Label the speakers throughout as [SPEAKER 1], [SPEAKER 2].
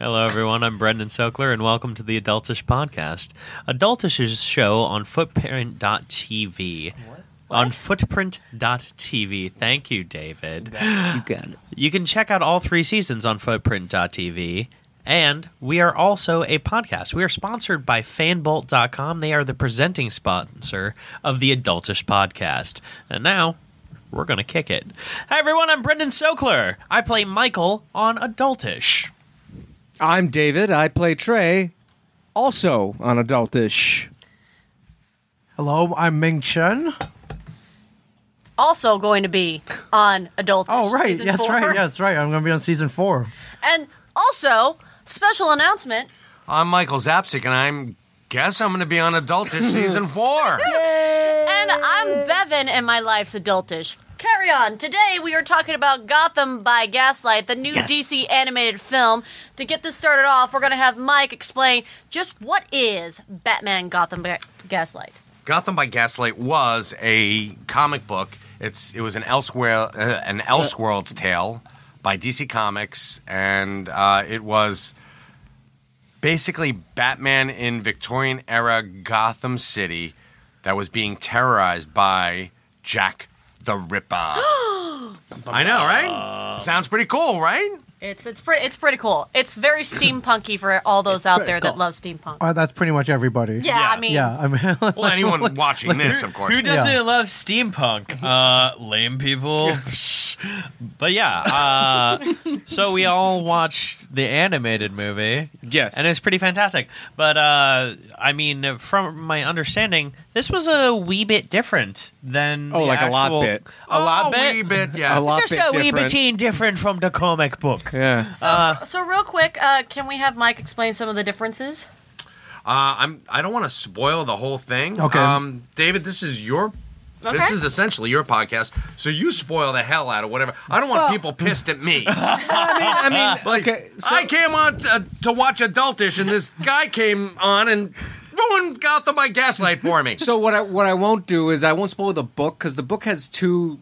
[SPEAKER 1] Hello, everyone. I'm Brendan Sokler, and welcome to the Adultish Podcast. Adultish is a show on footprint.tv. On footprint.tv. Thank you, David.
[SPEAKER 2] You got it.
[SPEAKER 1] You can check out all three seasons on footprint.tv. And we are also a podcast. We are sponsored by fanbolt.com. They are the presenting sponsor of the Adultish podcast. And now we're going to kick it. Hi, everyone. I'm Brendan Sokler. I play Michael on Adultish.
[SPEAKER 3] I'm David. I play Trey, also on Adultish.
[SPEAKER 4] Hello, I'm Ming Chen.
[SPEAKER 5] also going to be on Adult.
[SPEAKER 4] Oh, right.
[SPEAKER 5] season
[SPEAKER 4] Yes,
[SPEAKER 5] four.
[SPEAKER 4] right. Yes, right. I'm going to be on season four.
[SPEAKER 5] And also, special announcement.
[SPEAKER 6] I'm Michael Zapsik, and I'm guess I'm going to be on Adultish season four.
[SPEAKER 5] And I'm Bevan, and my life's adultish. Carry on. Today we are talking about Gotham by Gaslight, the new DC animated film. To get this started off, we're going to have Mike explain just what is Batman Gotham by Gaslight.
[SPEAKER 6] Gotham by Gaslight was a comic book. It's it was an elsewhere uh, an Elseworlds tale by DC Comics, and uh, it was basically Batman in Victorian era Gotham City that was being terrorized by Jack the Ripper. I know, right? Sounds pretty cool, right?
[SPEAKER 5] It's it's pretty it's pretty cool. It's very steampunky for all those out there that love steampunk.
[SPEAKER 4] Uh, that's pretty much everybody.
[SPEAKER 5] yeah,
[SPEAKER 1] Yeah.
[SPEAKER 5] I mean,
[SPEAKER 4] Yeah, I mean,
[SPEAKER 6] Well, anyone watching this, of course.
[SPEAKER 1] Who doesn't
[SPEAKER 4] Yeah.
[SPEAKER 1] love steampunk? Uh, lame people. but yeah, uh, so we all watched the animated movie,
[SPEAKER 3] Yes.
[SPEAKER 1] and it's pretty fantastic. But uh, I mean, from my understanding, this was a wee bit different than
[SPEAKER 3] Oh,
[SPEAKER 1] the
[SPEAKER 3] like a lot
[SPEAKER 1] actual-
[SPEAKER 3] bit.
[SPEAKER 1] a lot
[SPEAKER 6] A
[SPEAKER 1] bit.
[SPEAKER 6] Oh, wee bit, yes.
[SPEAKER 3] A lot
[SPEAKER 1] Just
[SPEAKER 3] bit
[SPEAKER 1] a wee
[SPEAKER 3] different.
[SPEAKER 1] bit different from the comic book.
[SPEAKER 3] yeah.
[SPEAKER 5] So, so real quick, uh, can we have Mike explain some of the differences?
[SPEAKER 6] Uh, I'm. I don't want to spoil the whole thing.
[SPEAKER 4] Okay.
[SPEAKER 6] um, David, this is your. This
[SPEAKER 5] Okay.
[SPEAKER 6] is essentially your podcast, so you spoil the hell out of whatever. I don't want people pissed at me.
[SPEAKER 3] I mean,
[SPEAKER 6] Like,
[SPEAKER 3] okay. So,
[SPEAKER 6] I came on uh, to watch Adultish, and this guy came on and ruined Gotham by Gaslight for me.
[SPEAKER 3] so what I what I won't do is I won't spoil the book because the book has two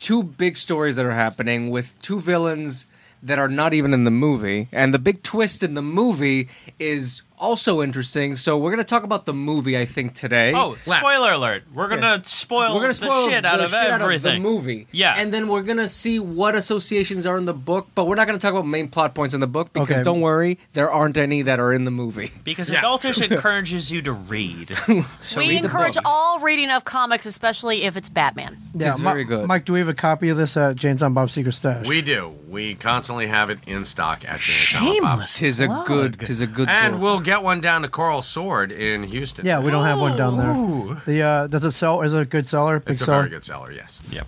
[SPEAKER 3] two big stories that are happening with two villains that are not even in the movie, and the big twist in the movie is also interesting. So we're gonna talk about the movie, I think, today.
[SPEAKER 1] Oh, spoiler alert! We're gonna spoil
[SPEAKER 3] we're gonna spoil
[SPEAKER 1] the shit out
[SPEAKER 3] the
[SPEAKER 1] of
[SPEAKER 3] shit
[SPEAKER 1] everything.
[SPEAKER 3] out of the movie.
[SPEAKER 1] Yeah.
[SPEAKER 3] and then we're gonna see what associations are in the book, but we're not gonna talk about main plot points in the book because
[SPEAKER 4] Okay.
[SPEAKER 3] don't worry, there aren't any that are in the movie.
[SPEAKER 1] Because
[SPEAKER 6] Yes.
[SPEAKER 1] adultish encourages you to read.
[SPEAKER 5] we
[SPEAKER 3] read the
[SPEAKER 5] encourage
[SPEAKER 3] book.
[SPEAKER 5] all reading of comics, especially if it's Batman.
[SPEAKER 4] yeah,
[SPEAKER 3] is
[SPEAKER 4] Mi-
[SPEAKER 3] very good.
[SPEAKER 4] Mike, do we have a copy of this at Jane's on Bob's Secret Stash?
[SPEAKER 6] We do. We constantly have it in stock at Shameless.
[SPEAKER 1] Shameless.
[SPEAKER 3] Tis a good, tis a good.
[SPEAKER 6] And
[SPEAKER 3] book.
[SPEAKER 6] we'll get one down to Coral Sword in Houston.
[SPEAKER 4] yeah, Uh, we don't have one down
[SPEAKER 1] Ooh.
[SPEAKER 4] there. The uh, does it sell? Is it a good seller? Big
[SPEAKER 6] It's a
[SPEAKER 4] seller?
[SPEAKER 6] very good seller. Yes.
[SPEAKER 1] Yep.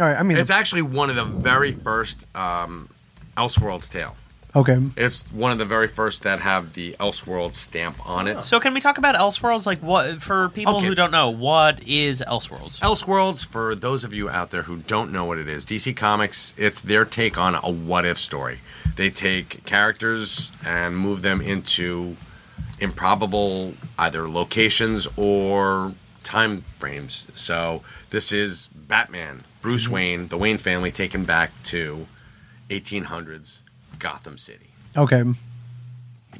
[SPEAKER 4] All right. I mean,
[SPEAKER 6] It's actually one of the very first um, Elseworlds tale.
[SPEAKER 4] okay.
[SPEAKER 6] It's one of the very first that have the Elseworld stamp on it.
[SPEAKER 1] So can we talk about Elseworlds? Like what for people
[SPEAKER 6] Okay.
[SPEAKER 1] who don't know, what is Elseworlds?
[SPEAKER 6] Elseworlds, for those of you out there who don't know what it is, DC Comics, it's their take on a what if story. They take characters and move them into improbable either locations or time frames. So this is Batman, Bruce Wayne, the Wayne family taken back to 1800s Gotham City.
[SPEAKER 4] Okay.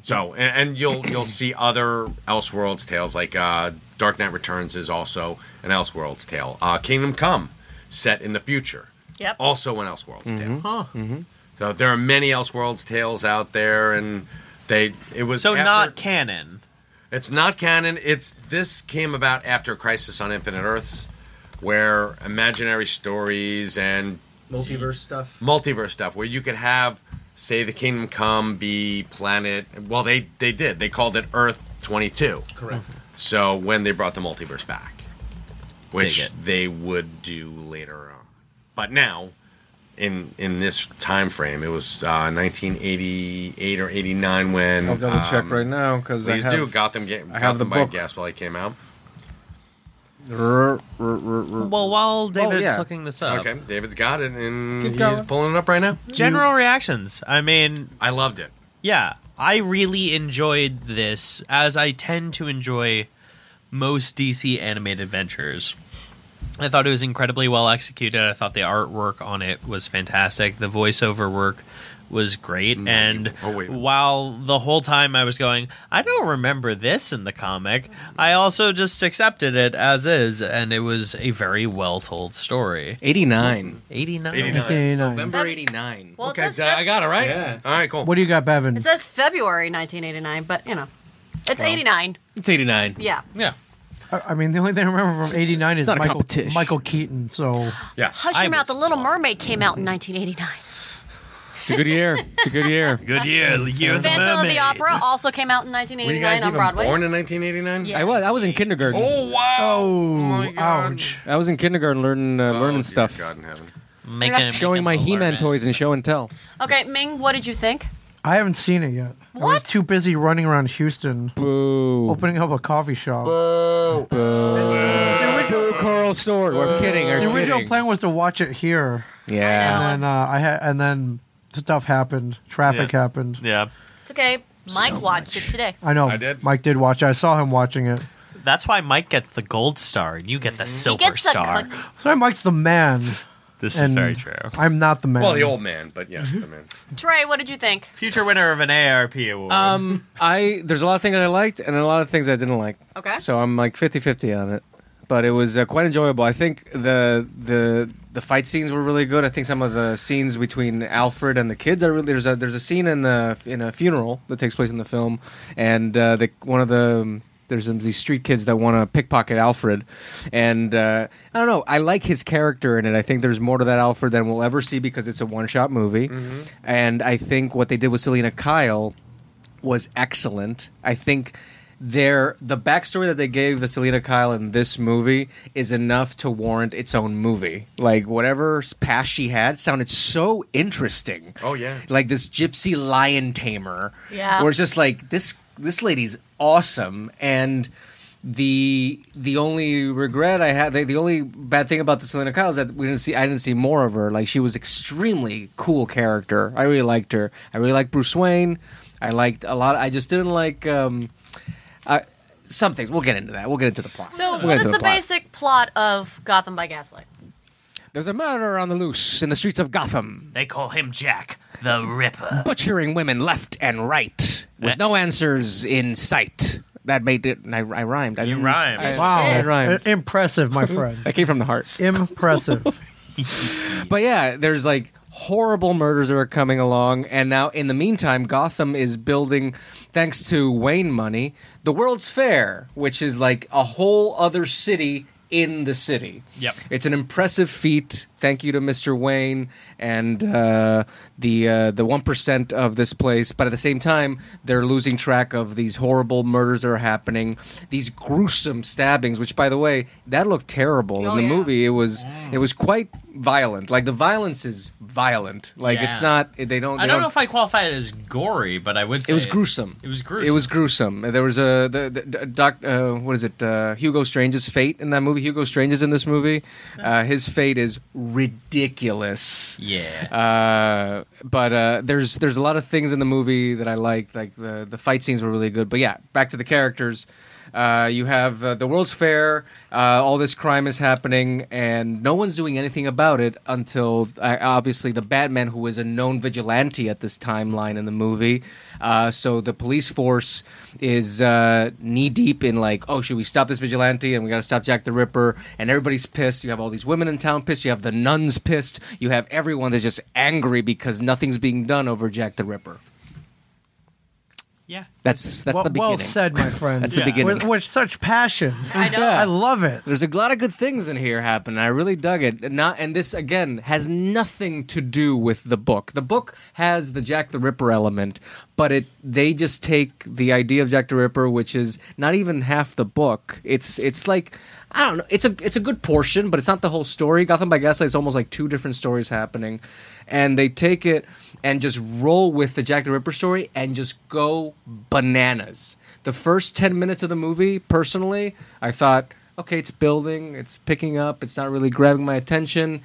[SPEAKER 6] So, and, and you'll you'll see other Elseworlds tales like uh, Dark Knight Returns is also an Elseworlds tale. Uh, Kingdom Come, set in the future,
[SPEAKER 5] Yep.
[SPEAKER 6] also an Elseworlds tale. So there are many Elseworlds tales out there, and they it was
[SPEAKER 1] So
[SPEAKER 6] after-
[SPEAKER 1] not canon.
[SPEAKER 6] it's not canon. It's this came about after Crisis on Infinite Earths, where imaginary stories and
[SPEAKER 3] multiverse stuff.
[SPEAKER 6] multiverse stuff where you could have say the kingdom come be planet well they they did they called it earth 22
[SPEAKER 3] Correct.
[SPEAKER 6] so when they brought the multiverse back
[SPEAKER 1] Dig
[SPEAKER 6] which
[SPEAKER 1] it.
[SPEAKER 6] they would do later on but now in in this time frame it was uh, 1988 or 89 when
[SPEAKER 3] I'll double check
[SPEAKER 6] um,
[SPEAKER 3] right now because I
[SPEAKER 6] please
[SPEAKER 3] have,
[SPEAKER 6] do gotham game
[SPEAKER 3] I
[SPEAKER 6] gotham
[SPEAKER 3] have the
[SPEAKER 6] by
[SPEAKER 3] book.
[SPEAKER 6] gaslight came out
[SPEAKER 3] Rrr, rrr, rrr, rrr.
[SPEAKER 1] Well, while David's
[SPEAKER 3] yeah.
[SPEAKER 1] looking this up,
[SPEAKER 6] Oh, okay david's got it and
[SPEAKER 3] Keep
[SPEAKER 6] he's
[SPEAKER 3] going.
[SPEAKER 6] pulling it up right now
[SPEAKER 1] general reactions. I mean,
[SPEAKER 6] i loved it
[SPEAKER 1] yeah, I really enjoyed this, as I tend to enjoy most DC animated adventures. I thought it was incredibly well executed. I thought the artwork on it was fantastic. The voiceover work was great. and
[SPEAKER 6] oh, wait.
[SPEAKER 1] while the whole time I was going, I don't remember this in the comic, I also just accepted it as is. And it was a very well told story.
[SPEAKER 3] 89.
[SPEAKER 1] 89.
[SPEAKER 6] 89.
[SPEAKER 4] 1989.
[SPEAKER 3] November 89.
[SPEAKER 5] Well,
[SPEAKER 6] Okay,
[SPEAKER 5] it, says
[SPEAKER 6] so I
[SPEAKER 5] Feb-
[SPEAKER 6] got it right.
[SPEAKER 3] Yeah.
[SPEAKER 6] All right, cool.
[SPEAKER 4] What do you got, Bevan?
[SPEAKER 5] it says February 1989, but you know, it's 89.
[SPEAKER 3] It's 89.
[SPEAKER 5] Yeah.
[SPEAKER 1] yeah.
[SPEAKER 4] I I mean, the only thing I remember from '89 is
[SPEAKER 3] not a
[SPEAKER 4] Michael
[SPEAKER 3] competition.
[SPEAKER 4] Michael Keaton. So
[SPEAKER 6] Yes.
[SPEAKER 5] Hush
[SPEAKER 1] I
[SPEAKER 5] your mouth.
[SPEAKER 1] was
[SPEAKER 5] The Little Mermaid came out in 1989.
[SPEAKER 3] It's a good year. It's a good year.
[SPEAKER 1] Good year. Year of
[SPEAKER 5] Phantom of the Opera also came out in 1989 on Broadway.
[SPEAKER 6] born in 1989?
[SPEAKER 5] Yeah.
[SPEAKER 3] I was. I was in kindergarten.
[SPEAKER 6] Oh wow! Oh my God.
[SPEAKER 4] ouch.
[SPEAKER 3] I was in kindergarten learning uh,
[SPEAKER 6] Oh,
[SPEAKER 3] learning
[SPEAKER 6] dear
[SPEAKER 3] stuff,
[SPEAKER 6] God in heaven.
[SPEAKER 1] Making,
[SPEAKER 3] showing my He-Man toys in show and tell.
[SPEAKER 5] Okay, Ming, what did you think?
[SPEAKER 4] I haven't seen it yet. I was
[SPEAKER 5] What?
[SPEAKER 4] too busy running around Houston,
[SPEAKER 3] Boo!
[SPEAKER 4] opening up a coffee shop.
[SPEAKER 3] Boo! Coral Store. We're kidding. We're
[SPEAKER 4] the original
[SPEAKER 3] kidding.
[SPEAKER 4] plan was to watch it here,
[SPEAKER 5] I
[SPEAKER 3] Yeah.
[SPEAKER 5] know.
[SPEAKER 4] and uh, I had, and then stuff happened. Traffic
[SPEAKER 1] Yeah.
[SPEAKER 4] happened.
[SPEAKER 1] Yeah.
[SPEAKER 5] It's okay. Mike watched it today.
[SPEAKER 4] I know.
[SPEAKER 6] I did.
[SPEAKER 4] Mike did watch. it. I saw him watching it.
[SPEAKER 1] That's why Mike gets the gold star and you get the silver
[SPEAKER 5] gets the
[SPEAKER 1] star.
[SPEAKER 5] cl-
[SPEAKER 4] Sorry, Mike's the man.
[SPEAKER 1] this
[SPEAKER 4] and
[SPEAKER 1] is very true.
[SPEAKER 4] I'm not the man.
[SPEAKER 6] Well, the old man, but yes, the man.
[SPEAKER 5] Trey, what did you think?
[SPEAKER 1] Future winner of an ARP award.
[SPEAKER 3] Um, I there's a lot of things I liked and a lot of things I didn't like.
[SPEAKER 5] Okay.
[SPEAKER 3] So I'm like 50-50 on it. But it was uh, quite enjoyable. I think the the the fight scenes were really good. I think some of the scenes between Alfred and the kids are really there's a there's a scene in the in a funeral that takes place in the film, and uh, the one of the um, there's some, these street kids that want to pickpocket Alfred, and uh, I don't know. I like his character in it. I think there's more to that Alfred than we'll ever see because it's a one shot movie, and I think what they did with Selena Kyle was excellent. I think their the backstory that they gave the Selena Kyle in this movie is enough to warrant its own movie. Like whatever past she had sounded so interesting.
[SPEAKER 6] Oh, yeah.
[SPEAKER 3] like this gypsy lion tamer.
[SPEAKER 5] Yeah.
[SPEAKER 3] where it's just like this this lady's awesome and. The the only regret I had, the, the only bad thing about the Selena Kyle is that we didn't see, I didn't see more of her. Like she was extremely cool character. I really liked her. I really liked Bruce Wayne. I liked a lot. I just didn't like um, some things. We'll get into that. We'll get into the plot.
[SPEAKER 5] So,
[SPEAKER 3] We'll get
[SPEAKER 5] what
[SPEAKER 3] into
[SPEAKER 5] is the,
[SPEAKER 3] plot.
[SPEAKER 5] basic plot of Gotham by Gaslight?
[SPEAKER 3] There's a murderer on the loose in the streets of Gotham,
[SPEAKER 1] they call him Jack the Ripper.
[SPEAKER 3] butchering women left and right with no answers in sight. That made it. I, I rhymed. I
[SPEAKER 1] You
[SPEAKER 3] didn't-
[SPEAKER 1] rhymed.
[SPEAKER 3] I-
[SPEAKER 4] wow,
[SPEAKER 3] I rhymed.
[SPEAKER 4] I- impressive, my friend.
[SPEAKER 3] I came from the heart.
[SPEAKER 4] impressive.
[SPEAKER 3] But yeah, there's like horrible murders that are coming along, and now in the meantime, Gotham is building, thanks to Wayne money, the World's Fair, which is like a whole other city in the city.
[SPEAKER 1] Yep.
[SPEAKER 3] it's an impressive feat. Thank you to Mr. Wayne and uh, the uh, the one percent of this place. But at the same time, they're losing track of these horrible murders that are happening, these gruesome stabbings. Which, by the way, that looked terrible
[SPEAKER 5] Oh,
[SPEAKER 3] in the
[SPEAKER 5] yeah.
[SPEAKER 3] movie it was
[SPEAKER 1] Mm.
[SPEAKER 3] it was quite violent like the violence is violent like it's
[SPEAKER 1] Yeah.
[SPEAKER 3] not they don't
[SPEAKER 1] I
[SPEAKER 3] they
[SPEAKER 1] don't know if I qualify it as gory, but I would say
[SPEAKER 3] it was gruesome
[SPEAKER 1] It was gruesome.
[SPEAKER 3] it was gruesome there was a the, the, the doc uh, what is it uh, hugo strange's fate in that movie hugo strange is in this movie uh, his fate is ridiculous
[SPEAKER 1] Yeah.
[SPEAKER 3] uh, but uh, there's there's a lot of things in the movie that I liked. Like the the fight scenes were really good. But yeah, back to the characters. Uh, you have uh, the World's Fair. Uh, all this crime is happening, and no one's doing anything about it until uh, obviously the Batman, who is a known vigilante at this timeline in the movie. Uh, so the police force is uh, knee deep in like, oh, should we stop this vigilante? And we got to stop Jack the Ripper. And everybody's pissed. You have all these women in town pissed. You have the nuns pissed. You have everyone that's just angry because nothing's being done over Jack the Ripper.
[SPEAKER 1] yeah.
[SPEAKER 3] That's that's
[SPEAKER 4] well,
[SPEAKER 3] the beginning.
[SPEAKER 4] well said, my friend.
[SPEAKER 3] That's the
[SPEAKER 1] Yeah.
[SPEAKER 3] beginning.
[SPEAKER 4] With, with such passion.
[SPEAKER 5] I know.
[SPEAKER 4] I love it.
[SPEAKER 3] There's a lot of good things in here happening. I really dug it. And Not and this again has nothing to do with the book. The book has the Jack the Ripper element, but it they just take the idea of Jack the Ripper, which is not even half the book. It's it's like I don't know. It's a it's a good portion, but it's not the whole story. Gotham by Gaslight is almost like two different stories happening, and they take it and just roll with the Jack the Ripper story and just go bananas. The first ten minutes of the movie, personally, I thought okay, it's building, it's picking up, it's not really grabbing my attention.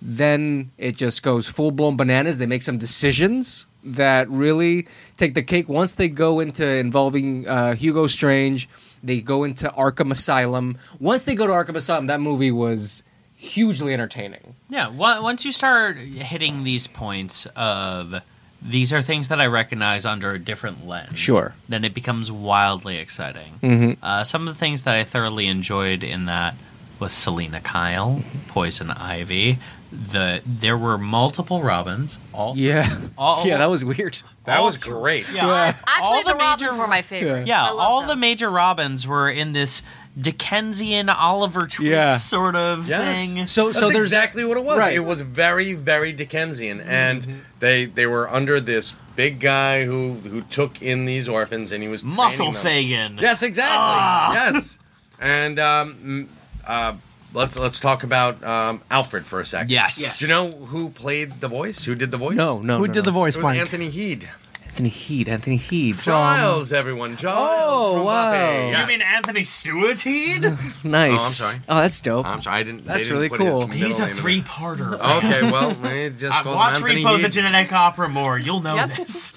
[SPEAKER 3] Then it just goes full blown bananas. They make some decisions that really take the cake. Once they go into involving uh, Hugo Strange, they go into Arkham Asylum. Once they go to Arkham Asylum, that movie was hugely entertaining.
[SPEAKER 1] Yeah. on- Once you start hitting these points of these are things that I recognize under a different lens.
[SPEAKER 3] Sure.
[SPEAKER 1] Then it becomes wildly exciting. Uh, some of the things that I thoroughly enjoyed in that was Selena Kyle, Poison Ivy. The there were multiple Robins. All
[SPEAKER 3] Yeah.
[SPEAKER 1] All-
[SPEAKER 3] yeah, that was weird.
[SPEAKER 6] That
[SPEAKER 1] All
[SPEAKER 6] was
[SPEAKER 1] three-
[SPEAKER 6] great.
[SPEAKER 1] Yeah,
[SPEAKER 5] Actually,
[SPEAKER 1] all
[SPEAKER 5] the,
[SPEAKER 1] major
[SPEAKER 5] Robins were
[SPEAKER 1] Ro-
[SPEAKER 5] my favorite.
[SPEAKER 1] Yeah,
[SPEAKER 5] I love
[SPEAKER 1] all
[SPEAKER 5] them.
[SPEAKER 1] the major Robins were in this Dickensian Oliver Twist
[SPEAKER 3] Yeah.
[SPEAKER 1] sort of
[SPEAKER 6] Yes.
[SPEAKER 1] thing.
[SPEAKER 3] So
[SPEAKER 6] That's
[SPEAKER 3] so there's
[SPEAKER 6] exactly what it was.
[SPEAKER 3] Right. Mm-hmm.
[SPEAKER 6] It was very, very Dickensian, and they they were under this big guy who who took in these orphans, and he was training
[SPEAKER 1] Muscle
[SPEAKER 6] them.
[SPEAKER 1] Fagan.
[SPEAKER 6] Yes, exactly.
[SPEAKER 3] Ah.
[SPEAKER 6] Yes, and um, mm, uh, let's let's talk about um, Alfred for a second.
[SPEAKER 1] Yes. Yes.
[SPEAKER 6] Do you know who played the voice? Who did the voice?
[SPEAKER 3] no no.
[SPEAKER 4] Who
[SPEAKER 3] no,
[SPEAKER 4] did the
[SPEAKER 3] no.
[SPEAKER 4] voice,
[SPEAKER 6] It was
[SPEAKER 4] Mike?
[SPEAKER 6] Anthony Heed.
[SPEAKER 3] Anthony Heed. Anthony Heed.
[SPEAKER 6] Giles, everyone. Giles.
[SPEAKER 3] Oh,
[SPEAKER 6] from
[SPEAKER 3] wow.
[SPEAKER 6] Buffy. Yes.
[SPEAKER 1] Anthony Stewart Heed?
[SPEAKER 3] Nice.
[SPEAKER 6] Oh, I'm sorry.
[SPEAKER 3] Oh, that's dope.
[SPEAKER 6] I'm sorry, I didn't. they
[SPEAKER 3] That's
[SPEAKER 6] didn't
[SPEAKER 3] really
[SPEAKER 6] put his
[SPEAKER 3] cool.
[SPEAKER 6] middle
[SPEAKER 1] He's a
[SPEAKER 6] name in there.
[SPEAKER 1] three-parter. Uh,
[SPEAKER 6] Okay, well, we
[SPEAKER 3] Uh,
[SPEAKER 6] just called him Anthony Heed.
[SPEAKER 1] Genetic Opera more. You'll know
[SPEAKER 5] Yep.
[SPEAKER 1] this.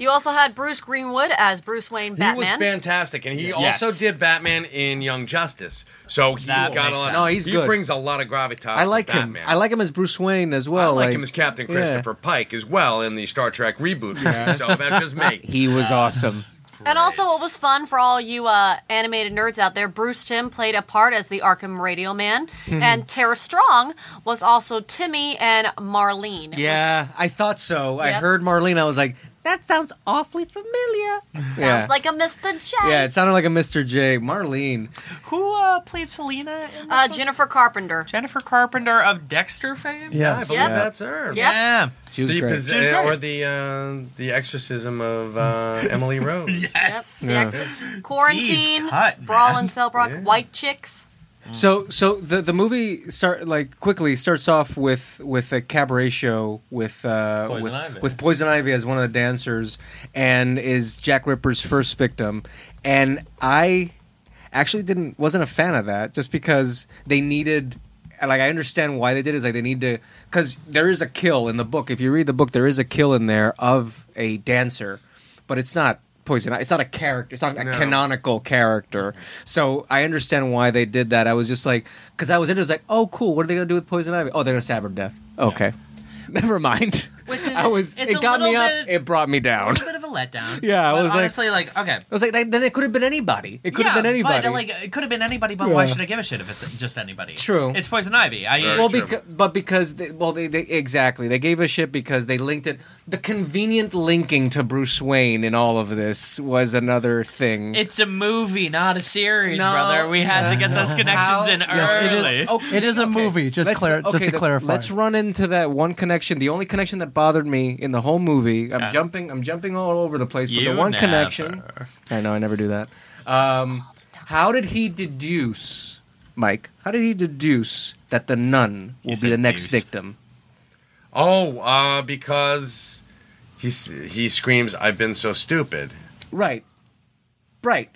[SPEAKER 5] You also had Bruce Greenwood as Bruce Wayne Batman.
[SPEAKER 6] He was fantastic, and he
[SPEAKER 1] Yes.
[SPEAKER 6] also did Batman in Young Justice. So he's
[SPEAKER 1] That
[SPEAKER 6] got a
[SPEAKER 1] makes
[SPEAKER 6] lot.
[SPEAKER 1] sense. No,
[SPEAKER 3] he's
[SPEAKER 6] he
[SPEAKER 3] good.
[SPEAKER 6] brings a lot of gravitas.
[SPEAKER 3] I like
[SPEAKER 6] to
[SPEAKER 3] him.
[SPEAKER 6] Batman.
[SPEAKER 3] I like him as Bruce Wayne as
[SPEAKER 6] I
[SPEAKER 3] well.
[SPEAKER 6] like him as Captain Christopher Pike as well in the Star Trek reboot. So that just me.
[SPEAKER 3] He was awesome.
[SPEAKER 5] And also, what was fun for all you uh, animated nerds out there, Bruce Tim played a part as the Arkham Radio Man,
[SPEAKER 3] Hmm.
[SPEAKER 5] and Tara Strong was also Timmy and Marlene.
[SPEAKER 3] Yeah, I thought so. I
[SPEAKER 5] Yep.
[SPEAKER 3] heard Marlene. I was like, that sounds awfully familiar. yeah.
[SPEAKER 5] Like a Mr. J.
[SPEAKER 3] yeah, it sounded like a Mr. J. Marlene.
[SPEAKER 1] Who uh, played Selena? In this
[SPEAKER 5] uh,
[SPEAKER 1] one?
[SPEAKER 5] Jennifer Carpenter.
[SPEAKER 1] Jennifer Carpenter of Dexter fame.
[SPEAKER 6] I
[SPEAKER 4] Yes.
[SPEAKER 6] believe
[SPEAKER 5] Yeah.
[SPEAKER 6] that's her.
[SPEAKER 5] Yeah. Yep.
[SPEAKER 1] Yeah.
[SPEAKER 3] She was
[SPEAKER 6] The
[SPEAKER 3] great.
[SPEAKER 6] pos-
[SPEAKER 1] She was great.
[SPEAKER 6] or the uh, the exorcism of uh, Emily Rose.
[SPEAKER 1] Yes.
[SPEAKER 5] Yep.
[SPEAKER 3] Yeah.
[SPEAKER 5] Jackson. Quarantine,
[SPEAKER 1] Deep cut,
[SPEAKER 5] Brawl
[SPEAKER 1] man.
[SPEAKER 5] and Cell Block,
[SPEAKER 6] Yeah.
[SPEAKER 5] White Chicks.
[SPEAKER 3] So, so the the movie start like quickly starts off with with a cabaret show with uh,
[SPEAKER 1] Poison
[SPEAKER 3] with,
[SPEAKER 1] Ivy.
[SPEAKER 3] with Poison Ivy as one of the dancers, and is Jack Ripper's first victim, and I actually didn't wasn't a fan of that just because they needed. Like I understand why they did it, is like they need to because there is a kill in the book. If you read the book, there is a kill in there of a dancer, but it's not poison. It's not a character. It's not a
[SPEAKER 6] No.
[SPEAKER 3] canonical character. So I understand why they did that. I was just like, because I was interested. Like, oh, cool. What are they gonna do with poison ivy? Oh, they're gonna stab her to death. Okay, never mind.
[SPEAKER 1] Which is-
[SPEAKER 3] I was.
[SPEAKER 1] it's
[SPEAKER 3] It
[SPEAKER 1] a
[SPEAKER 3] got me
[SPEAKER 1] little
[SPEAKER 3] up.
[SPEAKER 1] bit-
[SPEAKER 3] It brought me
[SPEAKER 1] A
[SPEAKER 3] down.
[SPEAKER 1] little bit of a letdown.
[SPEAKER 3] Yeah, I
[SPEAKER 1] But
[SPEAKER 3] was like-
[SPEAKER 1] honestly like, okay.
[SPEAKER 3] I was like, then it could have been anybody. It could have
[SPEAKER 1] yeah,
[SPEAKER 3] been anybody.
[SPEAKER 1] But, like, it could have been anybody, but why
[SPEAKER 3] Yeah.
[SPEAKER 1] should I give a shit if it's just anybody?
[SPEAKER 3] True.
[SPEAKER 1] It's Poison Ivy. I
[SPEAKER 6] Very
[SPEAKER 3] well,
[SPEAKER 6] true.
[SPEAKER 3] because but because they, well, they, they exactly they gave a shit because they linked it. The convenient linking to Bruce Wayne in all of this was another thing.
[SPEAKER 1] It's a movie, not a series,
[SPEAKER 3] No. Uh,
[SPEAKER 1] brother. We had to get those
[SPEAKER 3] How-
[SPEAKER 1] connections in
[SPEAKER 4] it is-
[SPEAKER 1] early.
[SPEAKER 3] Oh,
[SPEAKER 4] It is a movie. Just,
[SPEAKER 3] Let's-
[SPEAKER 4] clar-
[SPEAKER 3] okay,
[SPEAKER 4] just to
[SPEAKER 3] the-
[SPEAKER 4] clarify.
[SPEAKER 3] Let's run into that one connection. The only connection that bothered me in the whole movie. I'm
[SPEAKER 1] Okay.
[SPEAKER 3] jumping. I'm jumping all over the place. But
[SPEAKER 1] You
[SPEAKER 3] the one
[SPEAKER 1] never.
[SPEAKER 3] connection. I know. I never do that. Um, how did he deduce, Mike? How did he deduce that the nun will be
[SPEAKER 1] said
[SPEAKER 3] the next
[SPEAKER 1] deuce.
[SPEAKER 3] victim?
[SPEAKER 6] Oh, uh, because he s- he screams, "I've been so stupid."
[SPEAKER 3] Right. Right.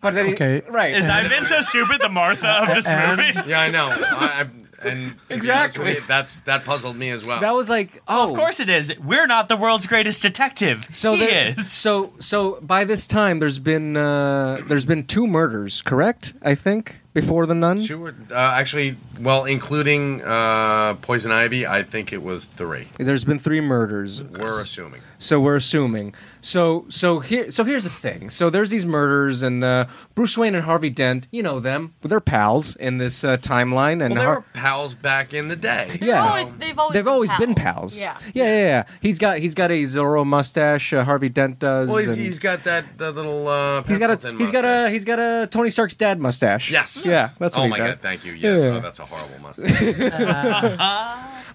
[SPEAKER 3] But then he-
[SPEAKER 4] Okay.
[SPEAKER 3] right.
[SPEAKER 2] Is I've been so stupid, the Martha of this movie.
[SPEAKER 6] Yeah, I know. I, I, and to be honest with
[SPEAKER 3] Exactly.
[SPEAKER 6] you, that's that puzzled me as well.
[SPEAKER 3] that was like oh,
[SPEAKER 1] Of course it is. We're not the world's greatest detective.
[SPEAKER 3] So
[SPEAKER 1] he
[SPEAKER 3] there-
[SPEAKER 1] is.
[SPEAKER 3] So so by this time, there's been uh, there's been two murders, correct? I think before the nun.
[SPEAKER 6] Two or, uh, actually, well, including uh, Poison Ivy, I think it was three.
[SPEAKER 3] There's been three murders.
[SPEAKER 6] We're assuming.
[SPEAKER 3] So we're assuming. So so here so here's the thing. So there's these murders and uh, Bruce Wayne and Harvey Dent. You know them. They're pals in this uh, timeline. And
[SPEAKER 6] Well, they
[SPEAKER 3] Har-
[SPEAKER 6] were pals back in the day.
[SPEAKER 5] They've
[SPEAKER 3] Yeah.
[SPEAKER 5] always, they've always,
[SPEAKER 3] They've
[SPEAKER 5] been,
[SPEAKER 3] always
[SPEAKER 5] pals.
[SPEAKER 3] been pals.
[SPEAKER 5] Yeah.
[SPEAKER 3] yeah, yeah, yeah. He's got he's got a Zorro mustache. Uh, Harvey Dent does.
[SPEAKER 6] Well, he's,
[SPEAKER 3] and-
[SPEAKER 6] he's got that, that little. Uh,
[SPEAKER 3] He's got a
[SPEAKER 6] Pendleton
[SPEAKER 3] he's got
[SPEAKER 6] mustache.
[SPEAKER 3] a he's got a Tony Stark's dad mustache.
[SPEAKER 6] Yes.
[SPEAKER 3] Yeah, that's
[SPEAKER 6] Oh
[SPEAKER 3] what he
[SPEAKER 6] my
[SPEAKER 3] got.
[SPEAKER 6] god! Thank you. Yes.
[SPEAKER 3] Yeah.
[SPEAKER 6] Oh, that's a horrible mustache.